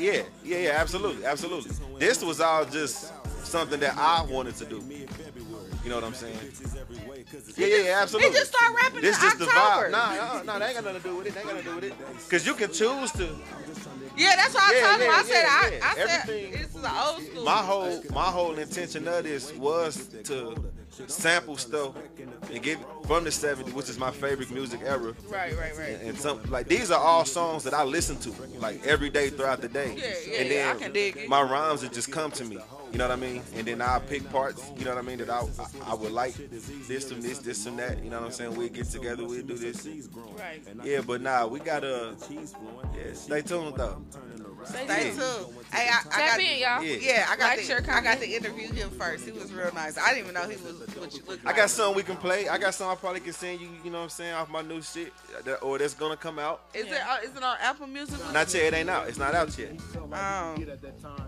B: Yeah, yeah, yeah, absolutely, absolutely. This was all just something that I wanted to do. You know what I'm saying? Yeah, yeah, yeah, absolutely.
A: He just started rapping
B: This
A: in
B: just the
A: October.
B: vibe. Nah, nah, nah, that ain't got nothing to do with it. That ain't got nothing to do with it. Cause you can choose to.
A: Yeah, that's what I
B: Yeah,
A: told him.
B: yeah,
A: I said,
B: yeah,
A: I,
B: yeah.
A: I said,
B: Everything-
A: this is an old school.
B: my whole my whole intention of this was to sample stuff and get from the 70s which is my favorite music era
A: right, right, right.
B: and, and some like these are all songs that I listen to like every day throughout the day.
A: Yeah, yeah,
B: and
A: yeah,
B: then
A: I can dig it.
B: my rhymes would just come to me. You know what I mean? And then I pick parts. You know what I mean? That I, I I would like this from this, this from that. You know what I'm saying? We get together, we do this.
C: Right.
B: Yeah, but nah, we gotta yeah, stay tuned though.
A: Stay tuned. Hey, I, I
C: Tap
A: got,
C: in, y'all.
B: Yeah.
A: Yeah, I got
C: Like,
A: to,
C: share,
A: I got to interview him first. He was real nice. I didn't even know he was what you looked
B: I
A: like.
B: got something we can play. I got something I probably can send you. You know what I'm saying? Off my new shit, that, or that's gonna come out.
A: Is
C: Yeah.
A: it uh, is it on Apple Music?
B: Not yet. It ain't out. It's not out yet.
A: Um,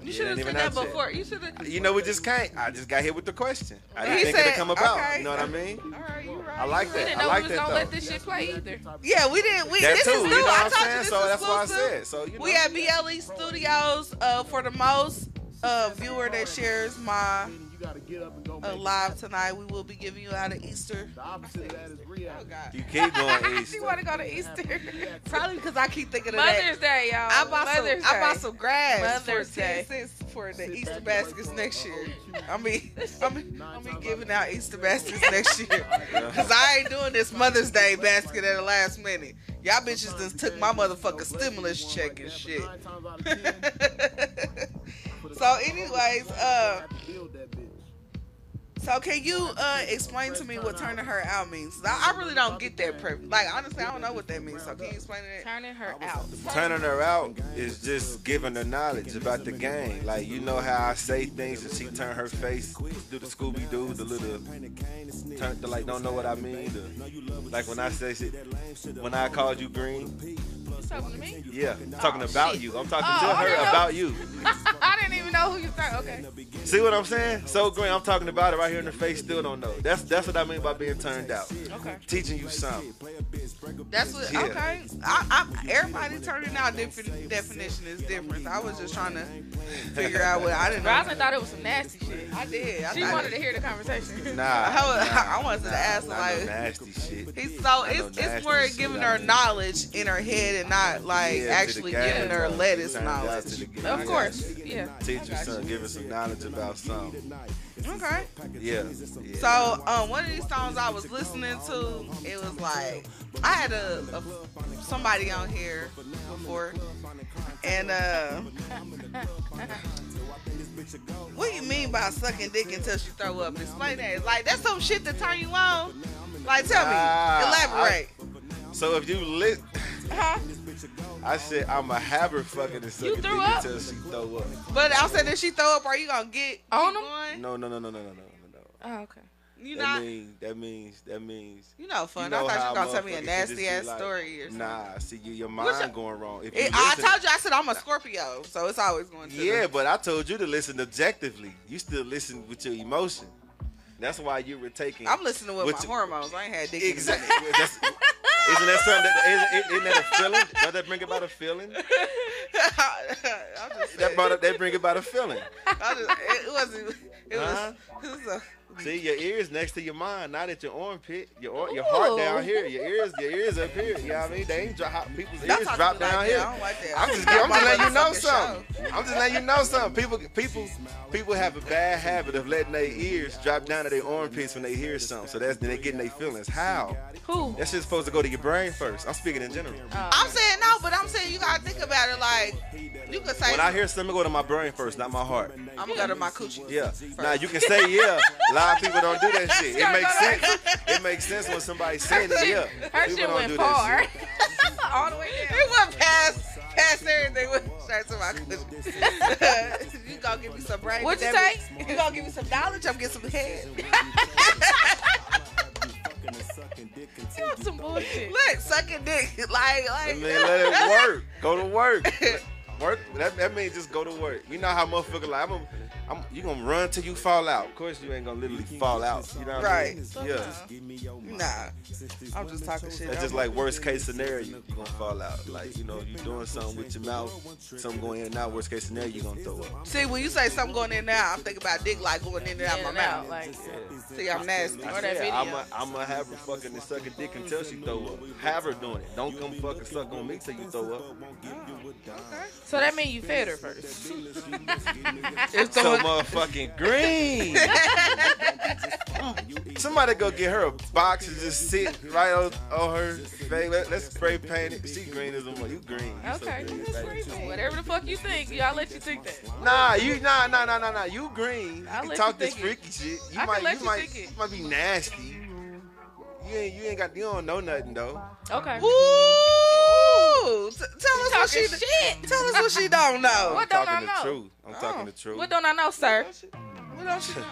A: you should have
B: ain't
A: said
B: even
A: that
B: out yet.
A: before. You should have.
B: You know, we just can't. I just got hit with the question. I didn't
A: He
B: think
A: said,
B: it'd come about.
A: okay.
B: You know what I mean?
A: All right, you right.
B: I like
C: We
B: that.
C: didn't
B: I
C: know
B: like
C: we was
B: that
C: gonna
B: though.
C: let this shit play either.
A: Yeah, we didn't. We,
B: that
A: this
B: too.
A: is
B: You
A: new.
B: know
A: I
B: what
A: told
B: I'm
A: you
B: saying?
A: this
B: So
A: is
B: that's why I
A: exclusive.
B: said. So you know.
A: We at BLE Studios uh, for the most uh, viewer that shares my uh, live tonight. We will be giving you out an Easter. Oh God.
B: you keep going east.
A: You want to go to Easter? Probably because I keep thinking of
C: Mother's
A: that.
C: Day, y'all.
A: I bought
C: Mother's
A: some. I bought
C: Day.
A: some grass
C: Mother's
A: for ten
C: Day.
A: cents for the Easter baskets next year. I mean, I mean, I mean giving out Easter baskets next year because I ain't doing this Mother's Day basket at the last minute. Y'all bitches just took my motherfucking stimulus check and shit. so, anyways, uh, so can you uh explain to me what turning her out means? I, I really don't get that. Per- like honestly, I don't know what that means. So can you explain it?
C: Turning her out.
B: Turning her out is just giving her knowledge about the game. Like you know how I say things and she turn her face, do the Scooby Doo, the little turn, the like don't know what I mean. The, like when I say shit, when I called you green,
C: You talking to me?
B: yeah, I'm talking about you. I'm talking
C: Oh,
B: to her
C: I know.
B: about you.
C: I didn't even know who you thought. Okay.
B: See what I'm saying? So green, I'm talking about it right here in the face. Still don't know. That's that's what I mean by being turned out.
C: Okay.
B: Teaching you something.
A: That's what
B: Yeah.
A: okay. I, I everybody turning out different definition is different. So I was just trying to figure out what I didn't know.
C: Rosin thought it was some nasty shit.
A: I did. I
C: She
A: thought
C: wanted
A: it-
C: to hear the conversation.
B: Nah,
A: I,
B: nah,
A: I wanted to ask
B: nah, no
A: like
B: nasty shit.
A: he's so
B: I know
A: it's it's
B: nasty
A: more
B: shit,
A: giving
B: I
A: her
B: mean.
A: knowledge in her head and not like
B: Yeah, to
A: actually
B: the game,
A: giving her
B: bro.
A: lettuce
B: Turns out
A: knowledge.
B: to the game.
C: Of course. Yeah.
B: Teach you something, give her some knowledge about something.
A: Okay.
B: Yeah. yeah.
A: So um, one of these songs I was listening to, it was like I had a, a somebody on here before, and uh, what do you mean by sucking dick until she throw up? Explain that. Like that's some shit to turn you on. Like tell me,
B: Ah,
A: elaborate.
B: So if you lit,
C: Huh?
B: I said I'm a habit fucking and sucking dick
C: threw up?
B: until she throw up.
A: But I said if she throw up, are you gonna get
C: On
A: keep
C: 'em?
A: going?
B: No, no, no, no, no, no, no, no.
C: Oh, okay.
A: You
B: That
A: not.
B: means that means that means.
A: You know, fun.
B: You know
A: I thought you
B: how
A: were gonna tell me
B: motherfuckers
A: a
B: can just
A: nasty
B: be
A: ass
B: like,
A: story or something.
B: Nah, see you, your
A: What's
B: mind
A: your-
B: going wrong. If
A: It-
B: you
A: I
B: listen-
A: told you, I said I'm a Scorpio, so it's always going to. the-
B: Yeah, but I told you to listen objectively. You still listen with your emotion. That's why you were taking.
A: I'm listening with
B: What's-
A: my hormones. I ain't had dick. in a
B: Exactly.
A: minute.
B: That's- isn't that something? That, isn't, isn't that a feeling? Does that bring about a feeling?
A: I just,
B: That brought up. That bring about a feeling.
A: I just, it wasn't. It was.
B: Huh?
A: It was a
B: See your ears next to your mind, not at your armpit. Your or, your heart down
C: Ooh.
B: here. Your ears, your ears up here. You know what I mean? They ain't drop. People's
A: Don't
B: ears
A: talk to
B: drop
A: me like
B: down
A: that.
B: here.
A: I don't like that.
B: I'm just, I'm
A: My
B: just letting you know
A: motherfucking
B: something. I'm just letting you know something. People, people, people have a bad habit of letting their ears drop down to their armpits when they hear something. So that's then they getting their feelings. How?
C: Who?
B: That shit's supposed to go to your brain first. I'm speaking in general.
A: I'm saying no, but I'm saying you gotta think about it. Like you could say,
B: When I hear something, go to my brain first, not my heart.
A: I'm gonna go to my coochie.
B: Yeah.
A: first.
B: Now you can say yeah. A lot of people don't do that shit. It
C: Sorry,
B: makes
C: go
B: sense. It makes sense when somebody's saying it. Yeah.
C: Her
B: People
C: shit
B: don't
C: went
B: do that
C: far.
B: shit.
C: All the way down.
A: It went past past everything. Went straight to my coochie. you gonna give me some brain?
C: What'd you
A: damn it.
C: say?
A: You gonna give me some knowledge? I'm getting some head.
C: You on some bullshit.
A: Look, sucking dick. Like
B: I
A: like.
B: mean, let it work. Go to work. Work. That, that means just go to work. You know how motherfucker like I'm. I'm you gonna run till you fall out. Of course you ain't gonna literally fall out. You know what
A: Right.
B: I mean? Yeah.
A: Nah, I'm just talking shit.
B: That's just like worst case scenario. You are gonna fall out. Like you know you doing something with your mouth, something going in and out. Worst case scenario you gonna throw up.
A: See, when you say something going in now, I'm thinking about dick like going in and out
C: In
A: my
C: and out,
A: mouth.
C: like,
A: See, I'm nasty.
C: Or that video.
B: I'm a, I'm a have her fucking and suck a dick until she throw up. Have her doing it. Don't come fucking suck on me till you throw up.
C: So that means you fed her first.
A: It's
B: So
A: going-
B: motherfucking green. Somebody go get her a box and just sit right on, on her face. Let, us spray paint it. She green as a mother. You green. You so
C: Okay.
B: green,
C: That's
B: baby.
C: great, man. Whatever the fuck you think, y'all let you think that.
B: Nah, you nah nah nah nah nah. You green.
C: I'll
B: You
C: let
B: talk
C: you
B: this
C: think it.
B: freaky shit. You
C: I can
B: might
C: let
B: you,
C: you
B: might
C: think it.
B: you might be nasty. You ain't you ain't got you don't know nothing though.
C: Okay.
A: Ooh, t- tell us what
C: Talking
A: she.
C: shit.
A: Tell us what she don't know.
C: What
B: I'm
C: don't I
B: talking the
C: know? Oh.
B: truth. I'm talking the truth.
C: What don't I know, sir?
A: What don't you know?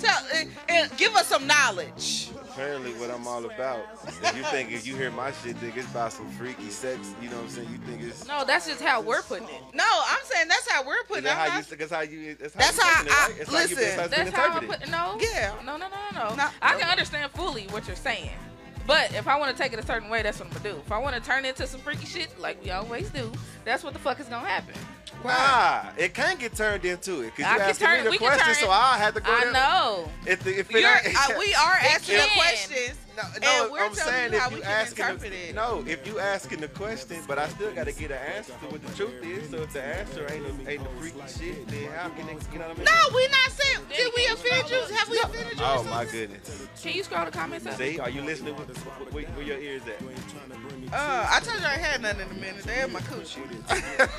A: Tell
C: eh,
A: and, and give us some knowledge.
B: apparently what I'm all about. If you think if you hear my shit, think it's about some freaky sex. You know what I'm saying? You think it's
C: No, that's just how we're putting it.
A: No, I'm saying that's how we're
B: is
A: putting it.
B: that
A: I'm
B: how you?
A: not-
B: That's how you. That's how,
A: That's
B: you
A: how
B: taking it, right?
A: I-
B: That's how you-
A: listen,
B: that's how
C: That's
B: it's
C: how I
B: been
C: put no.
A: Yeah.
C: No, no, no, no, no.
A: No.
C: I can understand fully what you're saying. But if I want to take it a certain way, that's what I'm gonna do. If I want to turn into some freaky shit, like we always do, that's what the fuck is gonna happen.
B: Nah, it can get turned into it because you
C: I can
B: asked
C: turn-
B: me the
C: we can
B: question,
C: turn-
B: so I had to go.
C: I
B: there.
C: know.
B: If, the, if it
A: You're,
B: ain't-
A: uh, we are asking the
C: can.
A: questions.
B: No,
A: and
B: no,
A: we're
B: I'm
A: telling
B: saying
A: you
B: if
A: how
B: you
A: we can
B: asking,
A: interpret
B: the,
A: it.
B: no, if you asking the question, but I still got to get an answer to what the truth is. So if the answer ain't ain't the freaky shit, then how can it? You know what I mean?
A: No, we're not saying. Did we offend you? Have we offended you? or
B: Oh
A: something?
B: my goodness.
C: Can you scroll the comments up?
B: See, are you listening? With, with, with, where your ears at?
A: Uh, I told you I ain't had nothing in a minute. They in my coochie.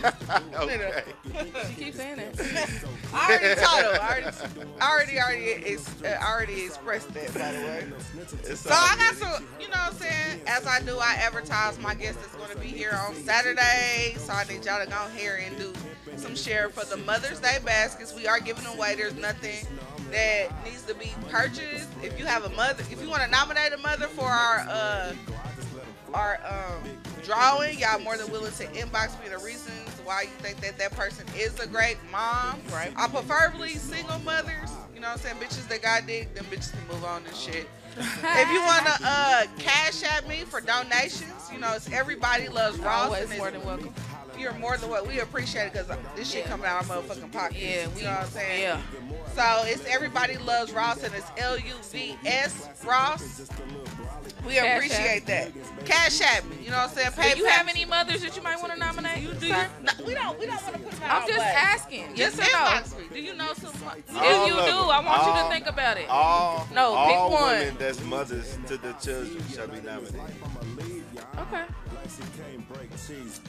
B: okay.
C: She keeps saying that.
A: I already told them. I already, I already, already, ex- uh, already expressed that, by the way.
B: It's
A: So I
B: all
A: got
B: good.
A: some, you know what I'm saying? As I do, I advertise my guest that's going to be here on Saturday. So I need y'all to go here and do some share for the Mother's Day baskets. We are giving away. There's nothing that needs to be purchased. If you have a mother, if you want to nominate a mother for our uh, our um, drawing, y'all more than willing to inbox me the reasons why you think that that person is a great mom. Right. I preferably single mothers. You know what I'm saying? Bitches that got dick, them bitches can move on and shit. If you want to uh, cash at me for donations, you know, it's Everybody Loves Ross.
C: Always
A: and it's-
C: more than welcome.
A: You're more than what we appreciate it because this shit
C: Yeah.
A: coming out of our motherfucking pocket.
C: Yeah, we.
A: you know what I'm saying?
C: Yeah.
A: So it's Everybody Loves Ross and it's L U V S Ross. We
C: Cash
A: appreciate that. Cash at me. You know what I'm saying? Pay
C: Do you have
A: Pay-
C: any mothers that you might want to nominate? You do.
A: No, we don't. We don't want to put them out.
C: I'm just
A: but-
C: asking. Yes
A: Just
C: or
A: inbox
C: no?
A: me.
C: Do you know some?
B: All
C: If you
B: of
C: do,
B: them.
C: I want you to
B: All-
C: think about it.
B: All,
C: No, pick
B: all
C: one.
B: women that's mothers to the children shall be nominated.
C: Okay.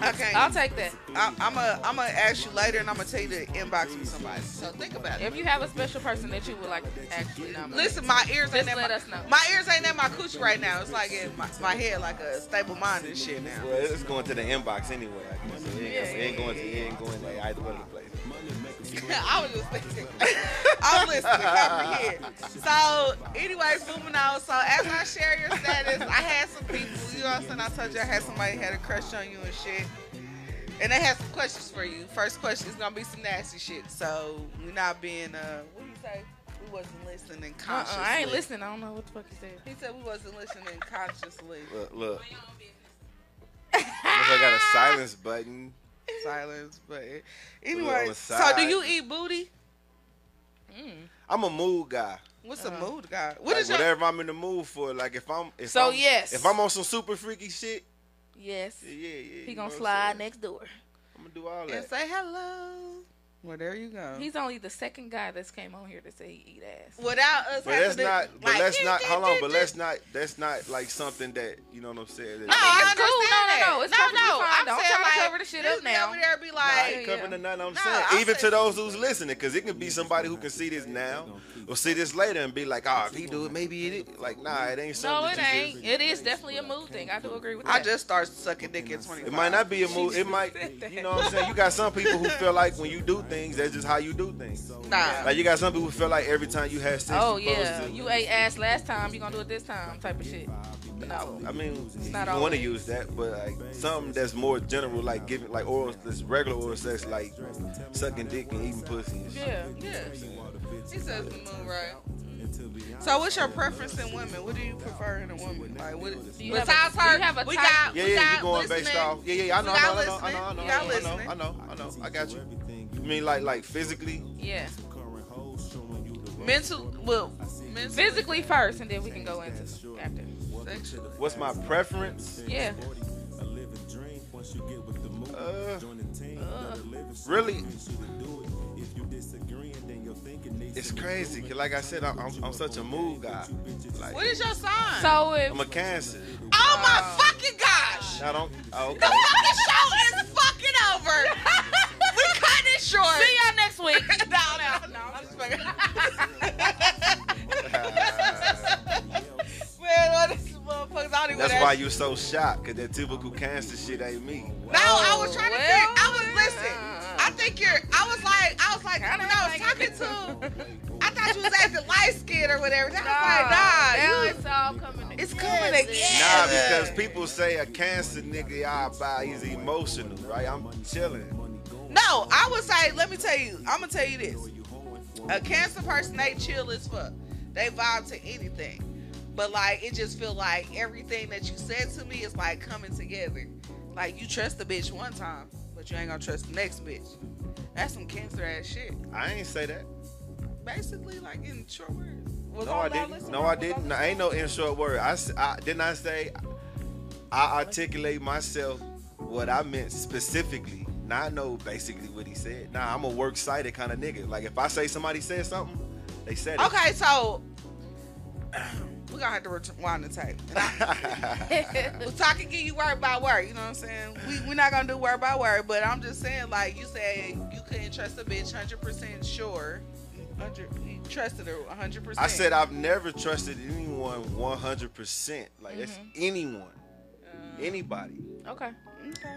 A: Okay.
C: I'll take that.
A: I, I'm a. I'm gonna ask you later, and I'm gonna tell you to inbox me somebody. So think about it.
C: If you have a special person that you would like to actually nominate.
A: Listen, my ears ain't
C: Just
A: at
C: let
A: my,
C: us know.
A: my ears ain't at my coochie right now. It's like in my, my head, like a stable mind and shit now.
B: Well, it's going to the inbox anyway. I guess. So it, ain't, it ain't going to it ain't going to either one of the places.
A: I was just listening. I was listening. Comprehend. So, anyways, moving on. So, as I share your status, I had some people. You know what I'm saying? I told you I had somebody had a crush on you and shit. And they had some questions for you. First question is gonna be some nasty shit. So we're not being uh, what do you say? We wasn't listening
C: Uh-uh,
A: consciously.
C: I ain't listening. I don't know what the fuck you said.
A: He said we wasn't listening consciously.
B: Look, look. Looks like I got a silence button.
A: Silence, but
B: on
A: anyway.
B: the
A: So, do
B: side.
A: you eat booty?
B: I'm a mood guy.
A: What's
C: Uh-huh.
A: a mood guy? What
B: Like,
A: is your?
B: whatever I'm in the mood for. Like if I'm if
C: So,
B: I'm,
C: yes.
B: if I'm on some super freaky shit,
C: Yes.
B: yeah, yeah, yeah.
C: He gonna slide next door.
B: I'm gonna do all
A: And
B: that.
A: say hello. Well, there you go.
C: He's only the second guy that's came on here to say he eat ass.
A: Without us,
B: But
A: having
B: that's
A: to,
B: not. But
A: like,
B: that's
A: did,
B: not.
A: did,
B: Hold
A: did,
B: on. But
A: did.
B: that's not. That's not like something that you know what I'm saying.
A: No, I
C: It's
A: understand
C: cool. No, no, no.
A: that.
C: It's perfectly fine.
A: I'm
C: Don't
A: saying,
C: try to
A: like,
C: cover the shit up
A: dudes be
C: now.
A: Over there, be
B: I
A: like,
B: ain't covering
C: yeah.
B: nothing. I'm
A: No,
B: saying,
A: I'll
B: even
A: say-
B: to those who's listening, because it could be somebody who can see this now or see this later and be like, "Ah, if he do it, maybe it." Is. Like, nah, it ain't
C: No,
B: something.
C: it
B: that you
C: ain't. It is definitely a mood thing. I do agree with that.
A: I just start sucking dick at 25.
B: Just, it might not be a move. It might. You know what I'm saying? You got some people who feel like when you do things, that's just how you do things.
A: Nah.
B: Like you got some people who feel like every time you have sex,
C: Oh
B: you
C: yeah,
B: supposed to-
C: you ate ass last time. You gonna do it this time? Type of shit. No.
B: I mean,
C: not
B: you want to
C: always.
B: use that, but like something that's more general, like giving, like oral, this regular oral sex, like sucking dick and eating pussy. And shit.
C: Yeah.
A: Yeah. He says the moon, right? So, what's your preference in women? What do you prefer in a woman? Like, what?
C: Do you have a-
A: Besides
C: do
A: her,
C: you have a
A: we
C: type?
A: got,
B: Yeah,
A: we
B: yeah,
A: got
B: you going
A: listening.
B: based off. Yeah, yeah, yeah. I
A: We
B: know,
A: got
B: I know, I know, I know,
A: listening.
B: I
A: We
B: know,
A: got
B: I know, I know, I know, I know, I got you. You mean like, like physically?
C: Yeah.
A: Mental, well, mental,
C: Physically first, and then we can go into after.
A: sexual.
B: What's my preference?
C: Yeah.
B: Uh,
C: Uh,
B: really? It's crazy, 'cause like I said, I, I'm, I'm such a mood guy.
A: What
B: Like,
A: is your sign?
C: so if
B: I'm a cancer.
A: oh my fucking gosh!
B: I don't. Oh,
A: The
B: okay.
A: fucking show is fucking over. we cut it short.
C: see y'all next week.
A: no, no, no. I'm just fucking. Man, all these motherfuckers, I don't even
B: That's
A: wanna
B: why
A: ask-
B: you so shocked, 'cause that typical cancer shit ain't me.
A: No, I was trying to
C: Well,
A: figure. I was
C: yeah.
A: listen. I think you're. I was like. I was like. I when I was talking to. I thought you was acting light skinned or whatever. And I
C: now
A: was like, nah,
C: it's all coming.
A: you, it's coming again.
B: Nah, because people say a cancer nigga, I buy, he's emotional, right? I'm chilling.
A: No, I would say, let me tell you, I'm gonna tell you this. A cancer person, they chill as fuck. They vibe to anything. But like it just feel like everything that you said to me is like coming together. Like you trust the bitch one time, but you ain't gonna trust the next bitch. That's some cancer ass shit.
B: I ain't say that.
A: Basically, like in short words. Was
B: No,
A: all
B: I
A: that
B: didn't.
A: listening?
B: No, I
A: Was all
B: didn't. No,
A: listening?
B: ain't no in short word. I, s- I- didn't. I say I articulate myself what I meant specifically. Now I know basically what he said. Nah, I'm a work cited kind of nigga. Like if I say somebody said something, they said it.
A: Okay, so we're gonna have to rewind the tape. And I-
C: again.
A: Well, talk and give you word by word. You know what I'm saying? We we're not gonna do word by word, but I'm just saying like you said you couldn't trust a bitch hundred percent sure. Hundred, you trusted her hundred percent.
B: I said I've never trusted anyone 100. percent Like that's
A: Mm-hmm.
B: anyone, anybody.
C: okay.
A: Uh, Okay.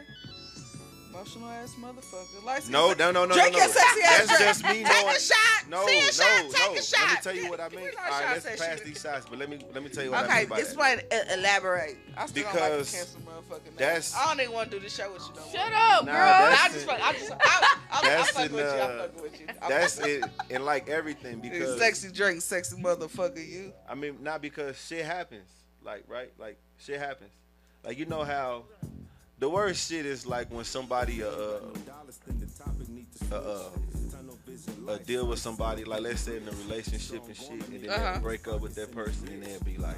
A: Emotional ass motherfucker. Light-skinned
B: No,
A: sex-
B: no, no, no,
A: Drink
B: no.
A: your sexy ass.
B: That's
A: drink.
B: just me
A: Take
B: knowing-
A: a shot.
B: No,
A: See a
B: no,
A: shot. Take
B: no.
A: a shot.
B: Let me tell you what I
A: We
B: mean.
A: know
B: All right,
A: shots that
B: let's pass
A: shit.
B: these shots, but let me let me tell you what I
A: Okay,
B: mean by that.
A: explain, uh, elaborate. I still don't like
B: Because
A: the cancer motherfucker. Now.
B: that's-
A: I don't even want to do the show with you no more.
C: Shut up,
B: Nah,
C: girl.
A: I
B: that's-
A: just, fuck- I just, I, I'm, I'm
B: That's
A: fucking with you. I'm
B: enough.
A: fucking with you. I'm
B: That's it, and like everything because
A: Sexy drink, sexy motherfucker, you.
B: I mean not because shit happens, like right, like shit happens, like you know how the worst shit is like when somebody uh, uh, uh, uh, uh deal with somebody, like let's say in a relationship and shit, and then
A: Uh-huh.
B: they'll break up with that person, and they'll be like,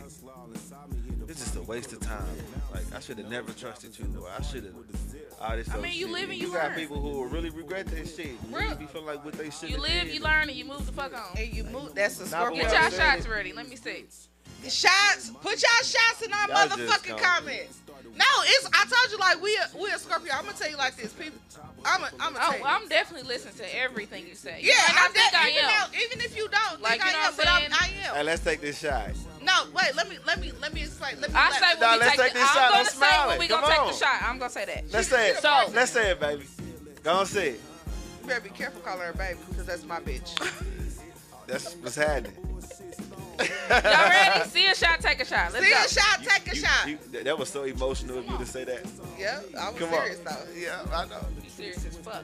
B: this is a waste of time. Like I should have never trusted you, or I should have. All this
C: I
B: old
C: mean, you
B: shit.
C: live and you
B: got
C: learn.
B: people who will really regret that shit. You
C: Real.
B: really feel like what they should.
C: You live, you learn, and you move the fuck on.
A: And you move. That's a
B: Nah, but
A: Scorpio.
C: Get
B: what
C: y'all
B: I'm saying
C: shots ready. Let me see.
A: Shots. Put y'all shots in our
B: Y'all just
A: motherfucking
B: gone.
A: comments. No, it's. I told you like we a, we a Scorpio. I'm gonna tell you like this, people. I'm a, I'm a
C: Oh,
A: tell you.
C: I'm definitely listening to everything you say.
A: yeah,
C: and
A: I'm
C: I think
A: that,
C: I
A: even,
C: am.
A: Though, even if you don't,
C: Like,
A: like
C: you know
A: I am,
C: what
A: but
C: I'm
A: I'm, I
C: saying?
A: am.
B: Hey, let's take this shot.
A: No, wait. Let me let me let me explain. Let me.
C: I
A: let-
C: say
B: Nah,
C: when we
B: let's
C: take,
B: take
C: the,
B: this shot.
C: I'm
B: Don't
C: gonna say
B: smile
C: when
B: it.
C: we gonna
B: Come
C: take
B: on.
C: the shot. I'm gonna say that.
B: Let's say it.
C: So-
B: let's say it, baby. Go on, say it.
A: You better be careful calling her baby because that's my bitch.
B: That's what's happening.
C: Y'all ready? See a shot, take a shot. Let's
A: See
C: go.
A: a shot, take a
B: You-
A: shot.
B: you- that- that was so emotional of you to say that.
A: Yeah, I was
B: Come
A: serious
B: on.
A: though.
B: Yeah, I know.
C: You serious as fuck.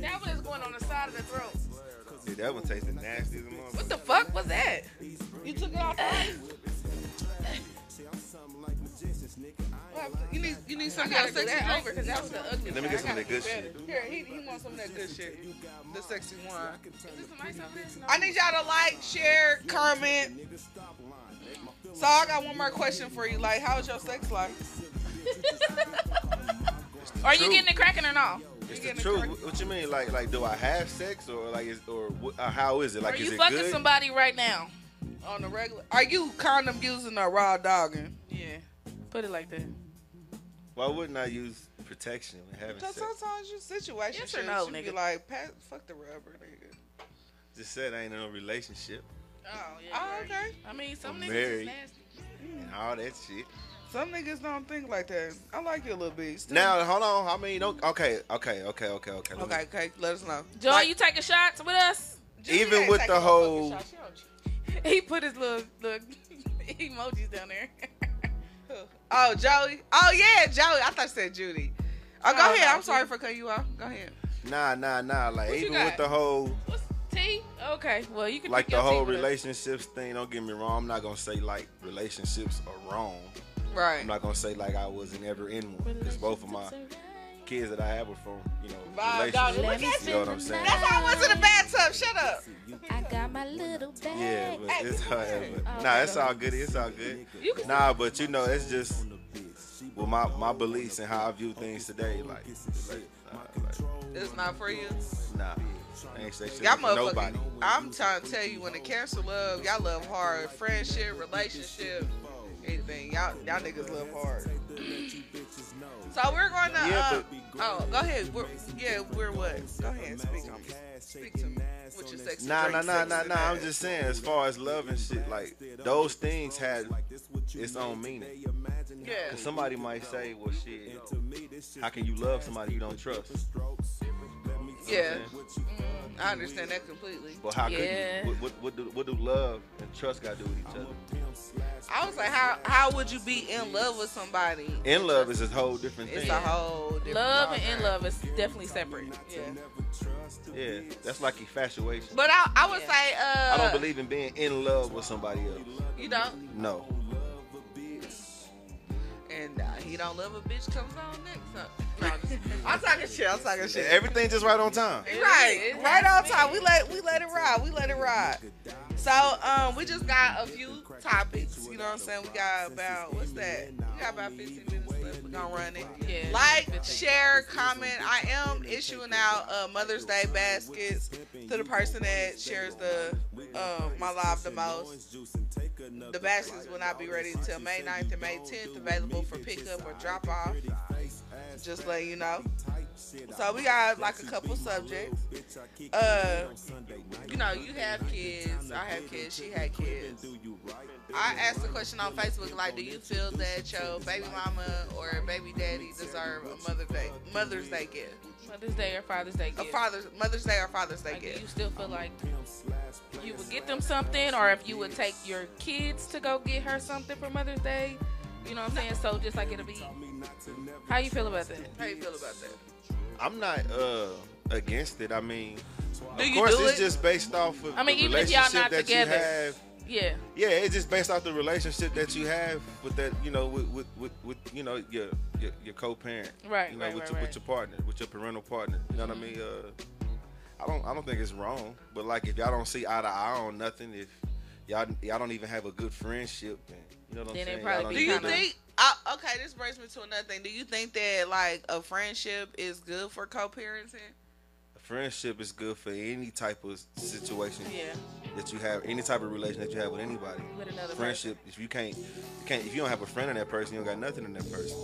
C: That was going on the side of the throat.
B: Dude, that one tasted nasty as a motherfucker.
C: What the fuck was that?
A: You took it off. You need, you need something
C: gotta
A: else
C: do
A: sexy
C: that
A: drink.
C: over because that was the ugly.
B: Let me
C: one.
B: get
C: I
B: some
C: gotta
B: of that good
C: do better.
B: shit.
A: Here, he, he wants some of that good shit. The sexy wine.
C: Is this some ice over there? No.
A: I need y'all to like, share, comment. So I got one more question for you. Like, how's your sex life?
C: Are you
B: True.
C: getting it cracking or not?
B: It's
A: You
B: the
A: getting
B: truth.
A: correct-
B: What you mean? Like, like, do I have sex or like, is, or, wh- or how is it? Like,
C: Are
B: is
C: you
B: it
C: fucking
B: good?
C: somebody right now?
A: on the regular? Are you condom using or raw dogging?
C: Yeah. Put it like that.
B: Why wouldn't I use protection when having
A: Because
B: sex?
A: sometimes you situation
C: Yes or
A: shit,
C: no,
A: you be
C: nigga?
A: like, Pat, fuck the rubber, nigga.
B: Just said I ain't in a relationship
C: Oh yeah.
A: Oh,
C: right.
A: okay.
C: I mean, some
B: I'm
C: niggas is
B: married.
C: nasty.
B: and all that shit.
A: Some niggas don't think like that. I like you a little bit. Still-
B: Now, hold on. I mean, don't. Okay, okay, okay, okay, okay. let me-
A: Okay, okay. Let us know.
C: Joy,
A: Like,
C: you taking shots with us?
A: Juicy
B: Even
A: ain't
B: with
A: taking
B: the
A: no
B: whole-
A: fucking shots,
C: He put his little little emojis down there.
A: she don't- Oh, Joey. Oh, yeah, Joey. I thought you said Judy. Oh, go
C: Oh,
A: ahead.
C: no,
A: I'm sorry
C: Judy.
A: for cutting you off. Go ahead.
B: Nah, nah, nah. Like,
C: What you
B: even
C: got?
B: with the whole,
C: What's tea? Okay. Well, you can
B: like,
C: drink your
B: the whole
C: tea with us.
B: relationships thing. Don't get me wrong. I'm not gonna say like relationships are wrong.
A: Right.
B: I'm not gonna say like I wasn't ever in one because both of my kids that I have were from, you know,
A: Vibe, dog.
B: relationships.
A: Look at
B: You
A: you.
B: know what I'm saying?
A: That's how I went to the bathtub. Shut up.
E: I got my little bag.
B: Yeah, but
A: Hey, Oh,
B: it's
A: come on.
B: however. Nah, it's all good. It's all good.
C: You can
B: Nah, but you know, it's just well, my my beliefs and how I view things today. Like, like, nah, like
A: It's not for you.
B: nah, I ain't say shit
A: Y'all
B: for
A: motherfucking.
B: nobody.
A: I'm trying to tell you when it comes to love, y'all love hard. Friendship, relationship, anything. Y'all y'all niggas love hard. So we're going to. uh,
B: Yeah,
A: oh, go ahead. We're, yeah, we're what? Go ahead and speak on Speak to me. What's your sexy
B: Nah, nah,
A: drink,
B: nah,
A: sexy
B: nah, nah. I'm
A: bag?
B: just saying, as far as love and shit, like those things had its own meaning.
A: Yeah.
B: 'Cause somebody might say, well, shit, how can you love somebody you don't trust?
A: Yeah. Mm, I understand that completely.
B: But how
C: Yeah.
B: could you? What, what, what, do, what do love and trust got to do with each other?
A: I was like, how how would you be in love with somebody?
B: In love is a whole different
A: It's
B: thing.
A: a whole different
C: Love and
A: ballgame.
C: in love is definitely separate.
A: Yeah.
B: Yeah, that's like infatuation.
A: But I, I would
C: Yeah.
A: say, uh,
B: I don't believe in being in love with somebody else.
A: you don't.
B: No.
A: And uh, he don't love a bitch comes on next. Huh? No, I'm just- I'm talking shit. I'm talking shit.
B: Everything just right on time.
A: Right,
C: It
A: right on
C: has
A: time.
C: been.
A: We let we let it ride. We let it ride. So um, we just got a few topics. You know what I'm saying? We got about what's that? We got about 15 minutes left. We're gonna run it.
C: Yeah.
A: Like, share, comment. I am issuing out uh, Mother's Day baskets to the person that shares the uh, my live the most. The baskets will not be ready until May 9th and May 10th, available for pickup or drop off. Just let you know. So we got like a couple subjects. Uh, you know, you have kids. I have kids. She had kids. I asked a question on Facebook like, do you feel that your baby mama or baby daddy deserve a Mother's Day Mother's Day gift,
C: Mother's Day or Father's Day
A: a
C: gift.
A: Father's Mother's Day or Father's Day
C: Like, do
A: gift?
C: you still feel like you would get them something, or if you would take your kids to go get her something for Mother's Day? You know what I'm saying? So just like it'll be. How you feel about that?
A: How you feel about that?
B: I'm not uh against it. I mean,
A: Do
B: of
A: you
B: course,
A: do
B: it's
A: it?
B: just based off of
C: I mean,
B: the
C: even if y'all
B: relationship
C: not
B: that
C: together.
B: you have.
C: Yeah.
B: Yeah, it's just based off the relationship that you have with that, you know, with with, with, with you know your your, your co-parent,
C: Right,
B: You know,
C: right,
B: with,
C: right, right.
B: your,
C: Mm-hmm.
B: with your partner, with your parental partner. You know what I mean? Uh, I don't I don't think it's wrong, but like if y'all don't see eye to eye on nothing, if y'all y'all don't even have a good friendship, and, you know what I'm
C: Then it
B: saying?
C: probably
B: Y'all don't
A: Do
C: be
A: you
B: even
C: kinda-
B: know-
A: think? I, okay, this brings me to another thing. Do you think that like a friendship is good for co-parenting?
B: friendship is good for any type of situation
C: Yeah.
B: that you have, any type of relation that you have with anybody.
C: With another
B: friendship, if you can't, you can't, if you don't have a friend in that person, you don't got nothing in that person.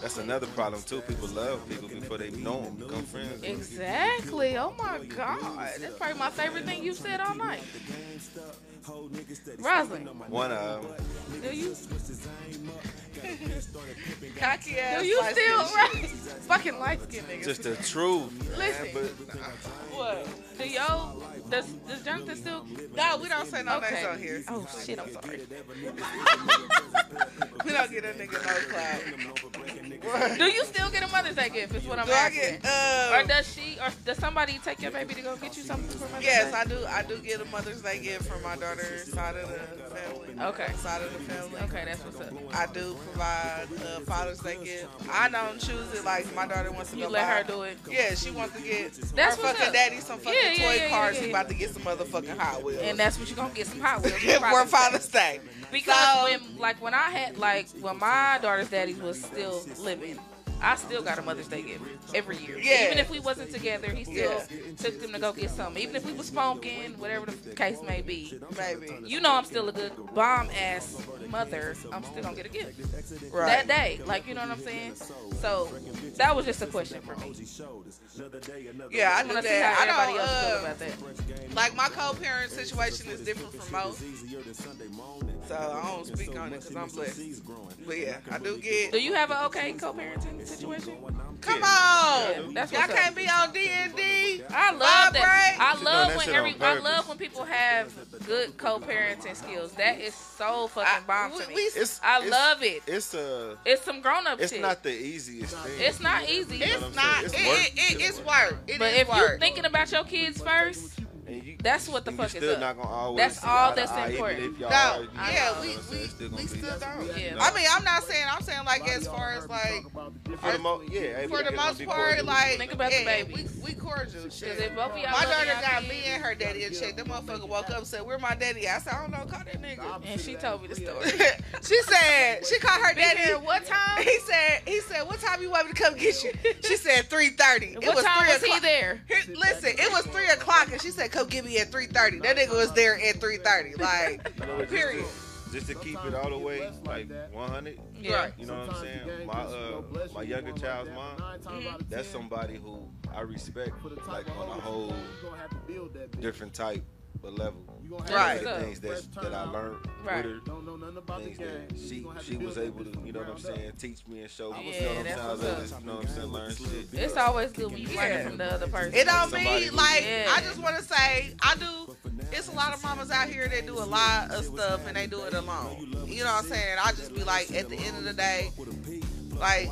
B: That's another problem too. People love people before they know them, become friends.
C: Exactly. Oh my God. That's probably my favorite thing you've said all night. Roslyn,
B: One of
C: do you
A: Cocky ass.
C: do you
A: light
C: still
A: skin
C: right? Fucking light skinned niggas.
B: just the truth. man,
C: Listen.
B: but nah,
C: What? Do y'all does does Jonathan still
A: shit. No, we don't say no names on here.
C: Oh shit, I'm sorry.
A: We don't get that nigga no clout.
B: Like what?
C: Do you still get a Mother's Day gift? Is what I'm
A: Do I
C: asking.
A: get?
C: Or
A: Uh,
C: does she, or does somebody take your baby to go get you something for Mother's
A: yes,
C: Day?
A: I do. I do get a Mother's Day gift from my daughter's side of the family.
C: Okay.
A: Side of the family.
C: Okay, that's what's up.
A: I do provide a Father's Day gift. I don't choose it. Like my daughter wants to
C: You
A: go
C: let
A: buy-
C: her do it.
A: Yeah, she wants to get
C: That's
A: her
C: what's
A: fucking
C: up.
A: daddy some fucking
C: Yeah, yeah,
A: toy
C: yeah, yeah,
A: cars.
C: yeah.
A: He about to get some motherfucking Hot Wheels.
C: And that's what you're gonna get some Hot Wheels.
A: for Father's Day.
C: Because
A: So-
C: when, like, when I had, like, when my daughter's daddy was still living, I still got a Mother's Day gift every year.
A: Yeah.
C: Even if we wasn't together, he still
A: Yeah.
C: took them to go get something. Even if we was funkin', whatever the case may be.
A: Baby.
C: You know I'm still a good bomb ass mother. I'm still gonna get a gift
A: Right.
C: that day. Like, you know what I'm saying? So that was just a question for me.
A: yeah, I
C: I
A: do
C: want to see how
A: that. I
C: everybody
A: don't.
C: else feel
A: Uh,
C: about that.
A: like my co-parent situation is different from most, so I don't speak on it because I'm blessed. But yeah, I do get.
C: Do you have an okay co-parenting situation?
A: Come on,
C: Yeah, that's
A: y'all
C: what's
A: can't be on D and D.
C: I love that.
A: Vibrate.
C: I love
B: that
C: when
B: shit on
C: every. I
B: purpose.
C: love when people have good co-parenting skills. That is so fucking bomb to
A: We,
C: me.
A: we,
B: It's,
C: I
B: it's-
C: love it.
B: It's a.
C: It's some grown-up
B: It's
C: shit.
B: not the easiest thing.
C: it's not easy.
B: what I'm
A: it's not. It,
B: saying? It's
A: it, it, it's work. It
C: but
A: is
C: if you're
A: work.
C: thinking about your kids first,
B: And you-
C: that's what the
B: and you
C: fuck is
B: still
C: up.
B: not gonna always
C: That's
B: see
C: all
B: eye to
C: that's
B: eye, even
C: important.
B: if y'all
A: No,
B: argue, you know
A: yeah,
B: what
A: we
B: I'm saying? It's
A: we we
B: gonna be-
A: still don't.
C: Yeah.
A: I mean, I'm not saying. I'm saying like as far as like
B: For the most, yeah.
A: for the
B: everybody gonna
A: most
B: be
A: part,
B: cordial.
A: like
C: Think about the
A: yeah,
C: baby.
A: We we cordial. Shit.
C: because if both of y'all
A: My
C: love
A: daughter
C: y'all
A: got
C: kids-
A: me and her daddy and shit. The motherfucker woke up and said, "Where my daddy?" at?" I said, "I don't know. Call that nigga."
C: and she told me the story.
A: she said she called her
C: Be here
A: daddy.
C: at what time?
A: He said he said, "What time you want me to come get you?" She said, 3.30. It
C: what
A: was
C: time
A: three
C: was he
A: o'clock.
C: there?
A: Here- Listen, it was three o'clock, and she said, "Come get me at 3.30. That nigga was there at 3.30.
B: You know,
A: Like,
B: just to-
A: period.
B: Just to keep it all the way like 100.
C: Yeah.
A: Right.
B: You know what I'm saying? My uh, my younger child's mom. That's somebody who I respect like on a whole different type but level.
A: Right.
B: The things that that I learned
C: Right.
B: with her.
F: Don't know nothing about the
B: things
F: game.
B: that she she was able to, you know what I'm saying, teach me and show me.
C: Yeah,
B: you know
C: that's
B: what I'm
C: what's
B: saying? You know what I'm saying? Learn shit.
C: It's always good when you learn
A: Yeah.
C: from the other person.
A: It don't
B: Somebody
A: mean
B: who-
A: like
C: Yeah.
A: I just want to say I do. It's a lot of mamas out here that do a lot of stuff and they do it alone. You know what I'm saying? I just be like, at the end of the day, like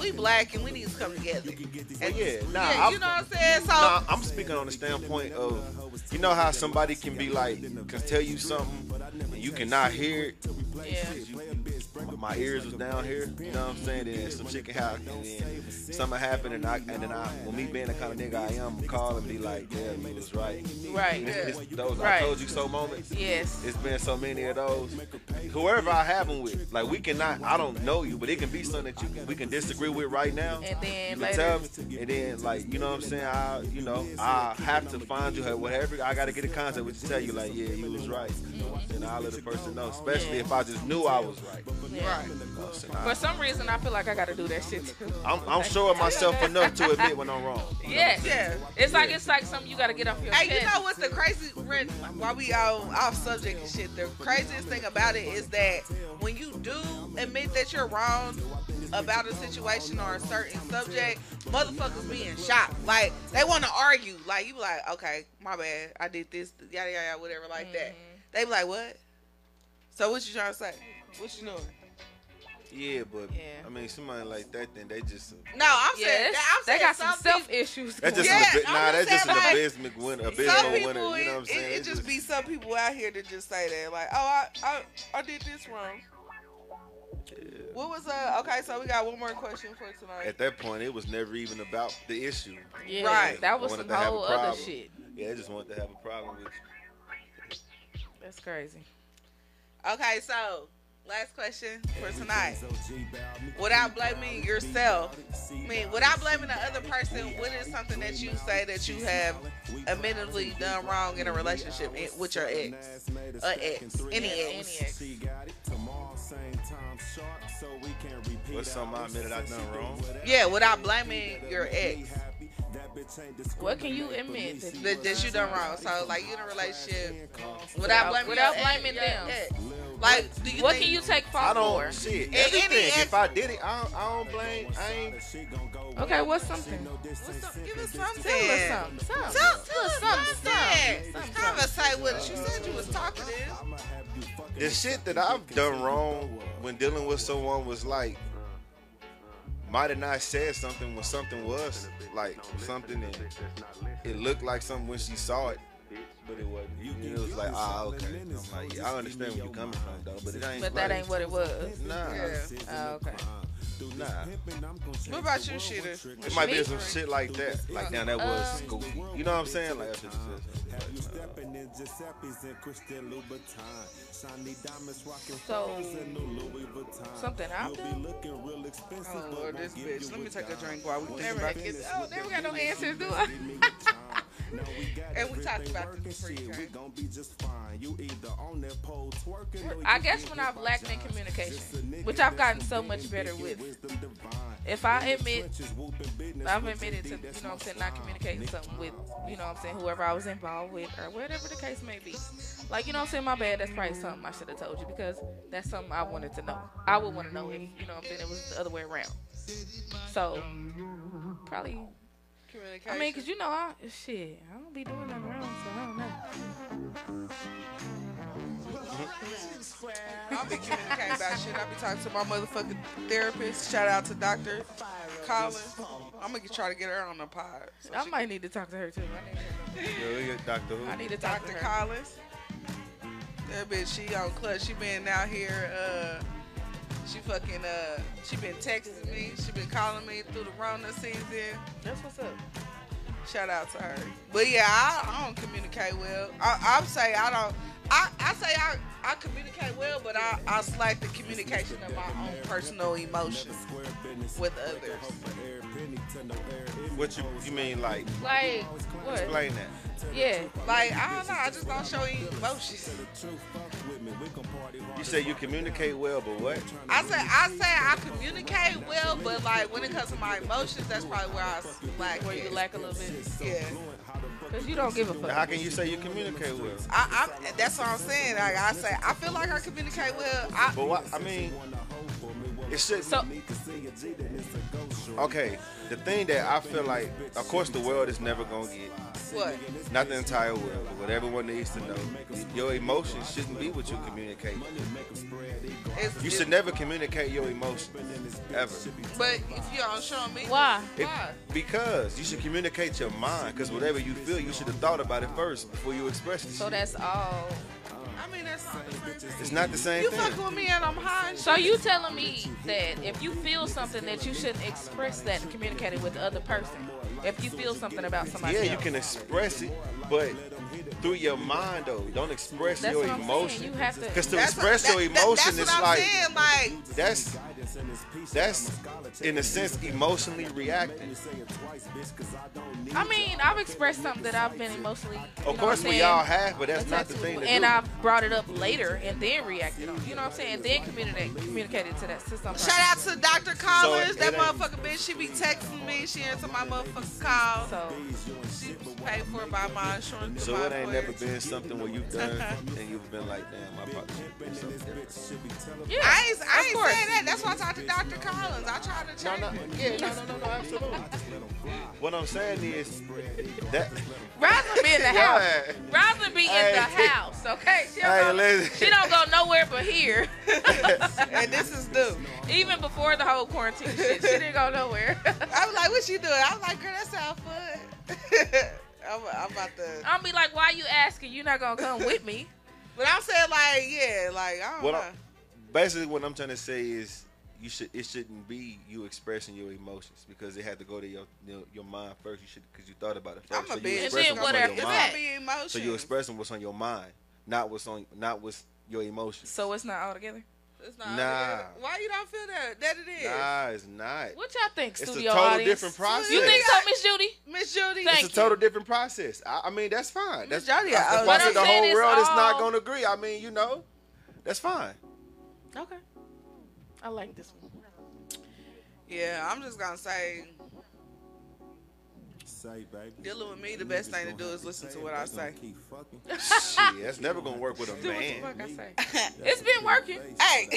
A: we black and we need to come together.
B: Well,
A: And
B: yeah, nah,
A: yeah,
B: I-
A: you know what I'm saying? So
B: Nah, I'm speaking on the standpoint of you know how somebody can be like can tell you something and you cannot hear it.
C: Yeah.
B: My- My ears was down here, you know what I'm saying? Then some shit can happen, and then something happened, and I and then I, well, me being the kind of nigga I am, call and be like, yeah, you was right.
C: Right.
B: It's those
C: Right.
B: I told you so moments.
C: Yes.
B: It's been so many of those. Whoever I have them with, like we cannot. I don't know you, but it can be something that you we can disagree with right now.
C: And then
B: you can
C: later-
B: tell me, and then like you know what I'm saying. I you know I have to find you whatever. I got to get in contact with you. Tell you like yeah, you was right, and I let the person know. Especially if I just knew I was right.
C: Yeah. For
B: But
C: some reason, I feel like I gotta do that shit too.
B: I'm, I'm showing myself enough to admit when I'm wrong.
C: Yes.
A: yeah.
C: It's like it's like something you gotta get off your
A: Hey,
C: chest.
A: you know what's the crazy? Rent, while we all off subject and shit, the craziest thing about it is that when you do admit that you're wrong about a situation or a certain subject, motherfuckers be in shock. Like they want to argue. Like you be like, okay, my bad, I did this, yada yada, yada, whatever, like that.
C: Mm-hmm.
A: They be like, what? So what you trying to say? What you doing?
B: Yeah, but
C: Yeah.
B: I mean somebody like that, then they just
A: No, I'm
C: Yeah,
A: saying
C: that's-
A: I'm
C: they
A: saying
C: got some
A: people-
C: self issues.
B: that's just
A: Yeah,
B: an, abi-
A: I'm
B: nah,
A: just
B: that's just an
A: saying, like,
B: abysmic winner,
A: some
B: abysmal
A: people,
B: winner. You know
A: it-
B: what I'm saying?
A: It, it
B: It's
A: just be some people out here that just say that, like, oh, I, I, I did this wrong. What was uh? Okay, so we got one more question for tonight.
B: At that point, it was never even about the issue.
C: yeah,
A: Right.
C: That was
B: Wanted
C: some
B: to have a
C: whole other
B: problem.
C: shit.
B: Yeah, they just wanted to have a problem with you.
C: That's crazy.
A: Okay, so last question for tonight. Without blaming yourself, I mean, without blaming the other person, what is something that you say that you have admittedly done wrong in a relationship i- with your ex, a ex, any
C: Yeah,
A: ex?
C: ex.
B: What's something I admitted I done wrong?
A: Yeah, without blaming your ex.
C: What can you admit? that-
A: that, that you done wrong. So like you in a relationship without blaming
C: Without
A: your
C: blaming
A: ex-
C: them.
A: your ex. Like do you
C: what
A: think,
C: can you take
B: I
C: fault for?
B: don't shit.
A: any
B: Everything.
A: ex-
B: If I did it, I don't, I don't blame. I ain't.
C: Okay, what's something?
A: what's up? Give us
C: Tell us
A: something.
C: something. Something.
A: Tell tell us
C: something,
A: something. Conversate with us. You said you was talkative.
B: The shit that I've done wrong when dealing with someone was like might have not said something when something was like something and it looked like something when she saw it. But it wasn't. And it was like, ah, okay. I'm like, yeah, I understand where you're coming from, though, but it ain't.
C: But that
B: right.
C: ain't what it was.
B: Nah.
C: Yeah. Oh, okay.
B: Nah.
A: What about you, Sheeta?
B: It might
C: Me?
B: be some shit like that. Like, damn, that
C: Uh, Um,
B: was goofy. You know what I'm saying? Like, that shit was just-
C: So something out there.
A: Oh, Lord, this bitch. Let me take a drink while we think about this.
C: Oh, there we got no answers, do I?
A: And we talked about this free
C: I guess when I've lacked in communication, which I've gotten so much better with. If I admit, I've admitted to, you know what I'm saying, not communicating something with, you know what I'm saying, whoever I was involved with or whatever the case may be. Like, you know what I'm saying, my bad, that's probably something I should have told you because that's something I wanted to know. I would want to know if, you know what I'm saying, it was the other way around. So, probably
A: Communication.
C: I mean, cause you know, I shit, I don't be doing nothing wrong, so I don't know.
A: I'll be communicating about shit. I'll be talking to my motherfucking therapist. Shout out to Dr. Collins. I'm going to try to get her on the pod. So
C: I
A: she-
C: might need to talk to her too. I need
B: Yo, look at Doctor
C: to, I
B: Who.
C: need to talk
A: Dr.
C: to her.
A: Collins. That bitch, she on clutch. She been out here. Uh, she fucking. Uh, she been texting me. She been calling me through the Rona season.
C: That's what's up.
A: Shout out to her. But yeah, I, I don't communicate well. I, I say I don't. I, I say I, I communicate well, but I, I slack the communication of my own personal emotions with others.
B: What you you mean? Like,
C: Like what?
B: explain that.
C: yeah,
A: Like I don't know, I just don't show any emotions.
B: You say you communicate well, but what?
A: I say I say I communicate well, but like when it comes to my emotions, that's probably where I slack.
C: where you
A: at.
C: lack a little bit,
A: Yeah,
C: cause you don't give a
B: How
C: fuck.
B: can you say you communicate well?
A: I, I, that's what I'm saying. Like I say, I feel like I communicate well. I,
B: But what? I mean, it should.
C: So
B: Okay, the thing that I feel like, of course, the world is never gonna get,
A: what?
B: not the entire world, but what everyone needs to know. Your emotions shouldn't be what you communicate.
A: It's,
B: You should
A: it's-
B: never communicate your emotions, ever.
A: But if you don't show me,
C: why?
B: If,
A: Why?
B: because you should communicate your mind. Because whatever you feel, you should have thought about it first before you express it.
C: So that's all.
A: I mean that's not the same thing.
B: it's not the same
A: You
B: thing.
A: fucking with me and I'm high. and shit.
C: So you telling me that if you feel something that you shouldn't express that and communicate it with the other person. If you feel something about somebody
B: Yeah,
C: else.
B: you can express it, but through your mind though. Don't express
C: That's
B: your
C: what I'm
B: emotion.
C: saying. You have to.
B: Because to
A: That's
B: express
A: what-
B: your
A: that- that-
B: emotion
A: that's
B: is
A: what
B: like
A: I'm saying. Like
B: that's that's in a sense emotionally reacting.
C: I mean, I've expressed something that I've been emotionally. you know
B: Of
C: what
B: course,
C: I'm
B: we
C: saying,
B: all have, but that's not the thing to
C: and
B: do.
C: I've brought it up later and then reacted on. it. You know what I'm saying? Then communicate communicated to that to somebody.
A: Shout out to Dr. Collins.
B: So it-
A: that
B: it ain't-
A: motherfucking bitch, she be texting me. She answer my motherfucking calls.
C: So
A: She was paid for by my insurance.
B: so
A: my
B: it ain't
A: lawyer.
B: never been something where you've done and you've been like, damn, I probably should do something different.
C: yeah,
A: I ain't, I
C: of
A: ain't
C: course.
A: saying that. That's why I talked to Dr. Collins. I tried to change it.
B: Yeah, no, no, no, no, absolutely. What I'm saying is that.
C: Roslyn be in the house.
B: Yeah.
C: Roslyn be in
B: Hey.
C: the house. Okay, she don't,
B: Hey,
C: go,
B: listen.
C: she don't go nowhere but here.
A: And this is due.
C: Even before the whole quarantine shit, she didn't go nowhere.
A: I was like, what you doing? I was like, girl, that sound fun. I'm, I'm about to.
C: I'll be like, why you asking? You're not gonna come with me.
A: But I'm saying, like, yeah, like, I don't
B: What
A: know.
B: I'm, basically, what I'm trying to say is, you should it shouldn't be you expressing your emotions because it had to go to your your, your mind first. You should because you thought about it first.
A: I'm a
B: so
A: bitch.
B: You
C: And
B: express
C: then
B: what's
C: what
B: on
C: after
B: your
C: that?
B: mind.
A: It's gonna be emotions.
B: So you expressing what's on your mind, not what's on not what's your emotions.
C: So it's not all together.
A: It's not
B: Nah.
A: Why you don't feel that? That it is.
B: nah, it's not.
C: What y'all think,
B: It's a
C: studio
B: total
C: audience?
B: different process.
C: You think so, Miss Judy?
A: Miss Judy.
C: Thank
B: It's a total different process. I, I mean, that's fine. That's
A: Majority of- What
B: that's why I
A: I'm
B: said the
C: saying
B: whole
C: is
B: world is not
C: all-
B: going to agree. I mean, you know, that's fine.
C: Okay. I like this one.
A: Yeah, I'm just gonna say dealing with me, the best thing to do is listen to what I say.
B: Shit, that's never going to work with a
C: Do what the
B: man.
C: fuck I say. it's been working.
A: Hey,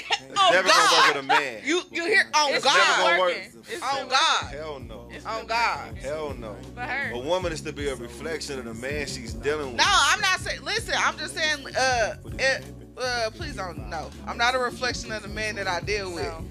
C: Oh,
A: on
B: never going to work
A: God,
B: with a man.
A: you you hear on
C: It's
B: never
A: God,
B: gonna
C: been
B: work.
C: working. It's
A: on
C: been
A: God,
B: Hell no.
A: on God.
B: Hell no.
C: for her.
B: A woman is to be a reflection of the man she's dealing with.
A: No, I'm not saying. Listen, I'm just saying. Uh, it, uh, please don't. No, I'm not a reflection of the man that I deal with.
C: No.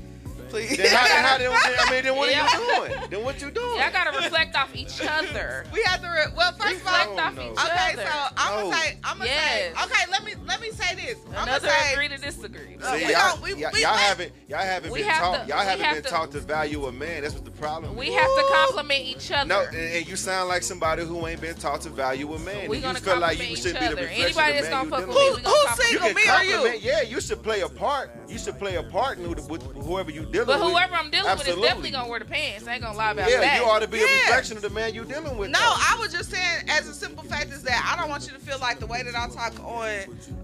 A: please.
B: Then how, then how then, I mean, then what are you doing? Then what you doing?
C: Y'all gotta reflect off each other.
A: we have to. Re- well, first of all,
C: Reflect off
B: no.
C: each
A: okay.
C: other.
A: So I'm
B: No.
A: gonna say. I'm gonna say.
C: Yes.
A: Okay, let me let me say this. I'm gonna
C: Another
A: say.
C: agree to disagree.
B: See,
A: we
B: y'all,
A: don't- we-
B: y'all-
A: we
B: y'all
A: let-
B: haven't y'all haven't
C: We
B: been
C: have
B: taught
C: to-
B: y'all
C: we
B: haven't
C: have
B: been
C: to-
B: taught to value a man. That's what the problem.
C: We
B: is.
C: have to compliment each other.
B: no, and, and you sound like somebody who ain't been taught to value a man.
C: we
B: and you
C: gonna
B: feel like
C: compliment
B: you
C: each
B: should be the
C: other.
B: reflection
C: Anybody
B: of
C: that's gonna
B: the man
C: fuck
B: you
C: with
B: dealing
C: me,
A: Who-
C: we
A: who
C: gonna
A: single?
C: compliment.
B: You can
A: Me or you?
B: compliment. Yeah, you should play a part. You should play a part in who the, with whoever you dealing
C: But
B: with.
C: whoever I'm dealing with
B: Absolutely.
C: is definitely gonna wear the pants. I ain't gonna lie about
B: Yeah,
C: that.
B: you ought to be
A: Yeah.
B: a reflection of the man you dealing with.
A: No,
B: though.
A: I was just saying, as a simple fact is that I don't want you to feel like the way that I talk on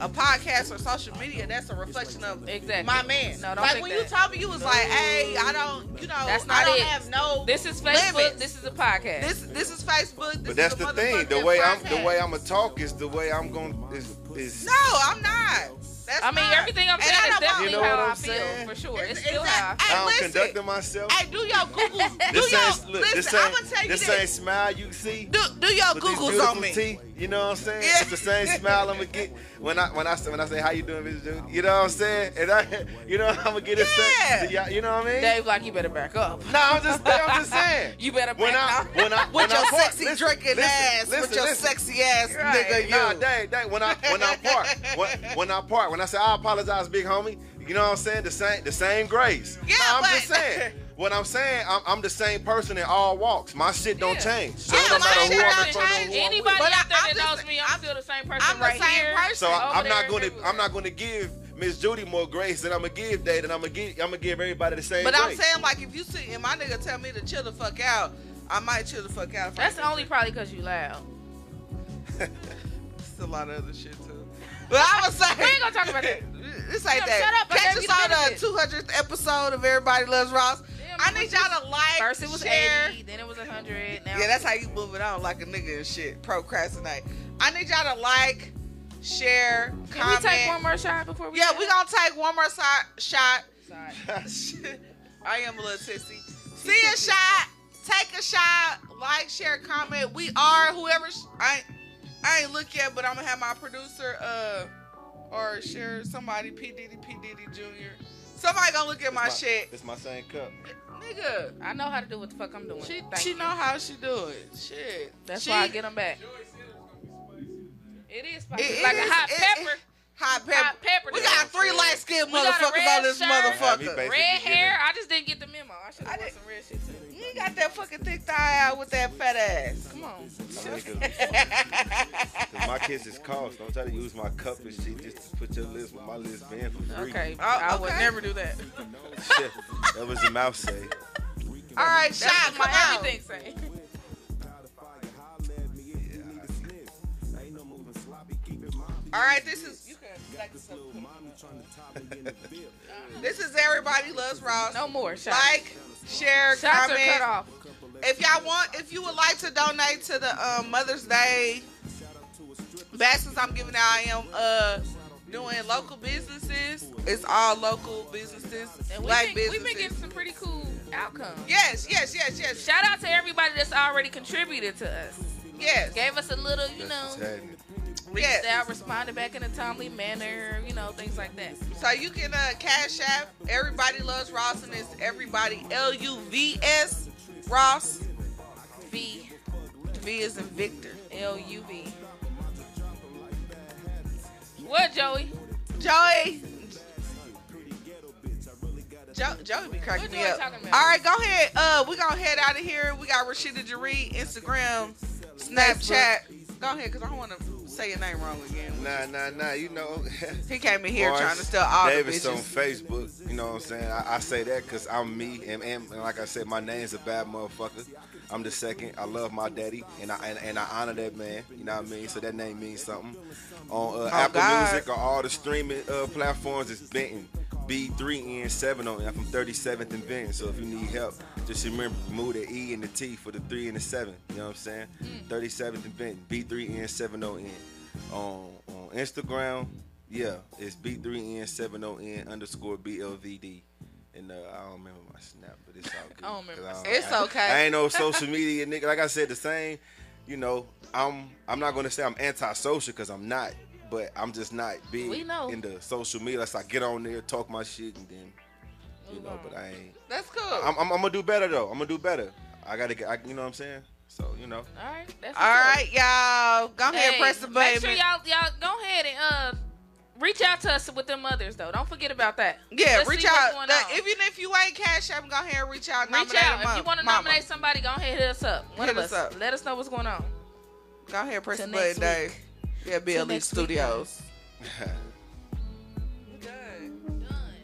A: a podcast or social media, that's a reflection of
C: Exactly.
A: my man.
C: No, don't
A: like
C: think
A: when
C: that.
A: you told me, you was like, "Hey, I don't, you know,
C: That's
A: I
C: not
A: don't
C: it.
A: have no."
C: This is Facebook.
A: Limits.
C: This is a podcast.
A: this this is Facebook. This
B: But that's
A: is a
B: the thing. The
A: motherfucking
B: way I'm the
A: podcast.
B: way I'm gonna talk is the way I'm gonna is is.
A: No, I'm not. That's
C: I mean,
A: not.
C: everything I'm
A: And
C: saying
A: I
C: is
A: don't want-
C: definitely
B: You know
C: how
B: what
C: I
B: I'm
C: feel
B: saying?
C: for sure. It's,
A: It's-
C: still
A: it's
C: how I
A: a-
C: feel.
B: I'm
A: listen.
B: conducting myself.
A: Hey, do your Googles. do
B: this
A: your
B: ain't look,
A: listen.
B: this ain't
A: I'm gonna tell you
B: this
A: this.
B: ain't smile you see.
A: do do your
B: with this
A: Googles
B: beautiful
A: on me.
B: Tea, you know what I'm saying?
A: Yeah.
B: It's the same smile I'm gonna get when I when I say- when I say how you doing, Mrs. Dude. You know what I'm saying? And I, you know I'm gonna get this.
A: Yeah.
B: Thing, y'all- you know what I mean?
C: Dave, like, you better back up.
B: no, I'm just I'm just saying.
C: You better back
B: when I
C: up.
B: when I
A: With
B: when
A: your
B: I park,
A: sexy
B: listen,
A: drinking
B: listen,
A: ass.
B: listen,
A: with your
B: listen.
A: sexy ass
C: Right.
A: nigga. You.
B: Nah, dang, dang. When I when I park, when, when I park, when I say I apologize, big homie, you know what I'm saying? The same the same grace.
A: Yeah,
B: Nah, I'm just
A: but-
B: saying. What I'm saying, I'm, I'm the same person in all walks. My shit don't
C: Yeah.
B: change. So
A: Yeah,
B: it don't
A: my
B: matter
A: shit
B: who I'm
A: don't
B: in front of. or Who
A: change.
B: I'm with.
C: Anybody
A: But I-
C: out there
A: I'm
C: that
A: just-
C: knows me, I'm still the same person
A: I'm the
C: right
A: same
C: here.
A: person.
B: So I,
C: over
B: I'm not
C: there,
B: going to
C: everywhere.
B: I'm not going to give Miss Judy more grace than I'm gonna give Day, and I'm gonna give I'm gonna give everybody the same.
A: But I'm
B: grace.
A: saying, like, if you see and my nigga tell me to chill the fuck out, I might chill the fuck out. if I
C: That's
A: get
C: only probably because you loud.
A: It's a lot of other shit too. But I was saying
C: We ain't gonna talk about that.
A: This ain't
C: Shut
A: that.
C: up, I
A: Catch
C: gave
A: us
C: you the benefit.
A: on the 200th episode of Everybody Loves Ross.
C: Damn,
A: I
C: it
A: need
C: was
A: y'all to like,
C: First it was
A: share.
C: 80, then it was 100. Now
A: Yeah, that's how you move it on like a nigga and shit. Procrastinate. I need y'all to like, share,
C: Can we
A: comment.
C: take one more shot before we
A: yeah,
C: go?
A: we gonna take one more si- shot.
C: Sorry.
A: I am a little tipsy. See a shot, take a shot, like, share, comment. We are whoever. Sh- I I ain't look yet, but I'm gonna have my producer uh or share somebody P Diddy P Diddy Jr. Somebody gonna look at my,
B: It's
A: shit,
B: It's my same cup.
A: nigga.
C: I know how to do what the fuck I'm doing.
A: She
C: Thank
A: she
C: you.
A: know how she do it. Shit.
C: That's
A: She-
C: why I get them back. It is spicy.
A: It- it
C: like
A: is-
C: a hot
A: it-
C: pepper.
A: it- hot pepper.
C: Hot pepper.
A: We got three light skinned
C: We got a
A: motherfuckers
C: red
A: on this
C: shirt.
B: Yeah, me
A: motherfucker.
B: basically
C: Red
B: giving-
C: hair. I just didn't get the memo. I should
A: I
C: have worn
A: did-
C: some red shit too.
A: You ain't got that fucking thick thigh out with that fat ass.
C: Come on.
B: I mean, 'cause- 'cause my kiss is cost. Don't try to use my cup and shit just to put your lips with my lips being for free.
C: Okay.
A: Oh,
C: I would
A: okay.
C: never do that.
B: Shit, that was the mouth say.
A: All right, shot.
C: That's what
A: Come
C: my
A: on.
C: everything say.
A: All right, this is you can like this up. This is everybody loves Ross.
C: No more shots.
A: like, share,
C: shots are cut
A: comment.
C: off.
A: If y'all want, if you would like to donate to the um, Mother's Day baskets I'm giving out, I am uh doing local businesses. It's all local businesses,
C: And we
A: black
C: think-
A: businesses.
C: we've been getting some pretty cool outcomes.
A: yes, yes, yes, yes,
C: Shout out to everybody that's already contributed to us.
A: yes, yes.
C: Gave us a little, you know,
B: That's what's happening.
C: reached out, responded back in a timely manner, you know, things like that.
A: So you can uh, cash app. Everybody loves Ross, and it's everybody L U V S Ross.
C: V
A: V is in Victor.
C: L U V. What, Joey?
A: Joey. Jo- Joey be cracking
C: What
A: me
C: Joey
A: up.
C: talking about?
A: All right, go ahead. Uh, we gonna head out of here. We got Rashida Jaree, Instagram, Snapchat. Go ahead, cause I don't want to say your name wrong again.
B: Nah, nah, nah. You know,
A: He came in here
B: Boris
A: trying to steal all
B: Davis
A: the
B: on
A: bitches.
B: Facebook. You know what I'm saying? I, I say that because I'm me, and, and, and like I said, my name's a bad motherfucker. I'm the second. I love my daddy, and I and, and I honor that man. You know what I mean? So that name means something. On uh,
C: Oh,
B: Apple
A: God.
B: Music or all the streaming uh, platforms, it's Benton. B3N7 on it. I'm from 37th and Benton. So if you need help, just remember move the E and the T for the 3 and the 7. You know what I'm saying?
C: Mm.
B: 37th and Benton. B3N7 on it. On, on Instagram, yeah, it's B3N70N underscore BLVD. And uh, I don't remember my snap, but it's all good.
C: I don't remember
B: 'Cause
C: my
B: I don't-
A: It's
B: I-
A: okay.
B: I ain't no social media nigga. Like I said, the same. You know, I'm I'm not gonna say I'm antisocial because I'm not, but I'm just not big
C: We know.
B: in the social media. Unless I get on there, talk my shit, and then you you know, but I ain't.
C: That's cool.
B: I'm, I'm, I'm gonna do better though. I'm gonna do better. I gotta get. I, you know what I'm saying? So you know.
C: All right. That's
A: All right, y'all. Go ahead,
C: Hey,
A: press the button.
C: Make sure y'all y'all go ahead and uh reach out to us with them others though. Don't forget about that.
A: yeah,
C: Let's
A: reach
C: see what's
A: out.
C: going
A: The-
C: on.
A: even if you ain't cash app, go ahead and reach out.
C: Reach
A: nominate
C: out
A: them
C: if you want to
A: mama.
C: nominate somebody. Go ahead, hit us up. One
A: Hit
C: of
A: us
C: us.
A: up.
C: Let us know what's going on.
A: Go ahead, press
C: Till
A: the button,
C: next
A: Dave. Yeah, BLE
C: next week,
A: Studios.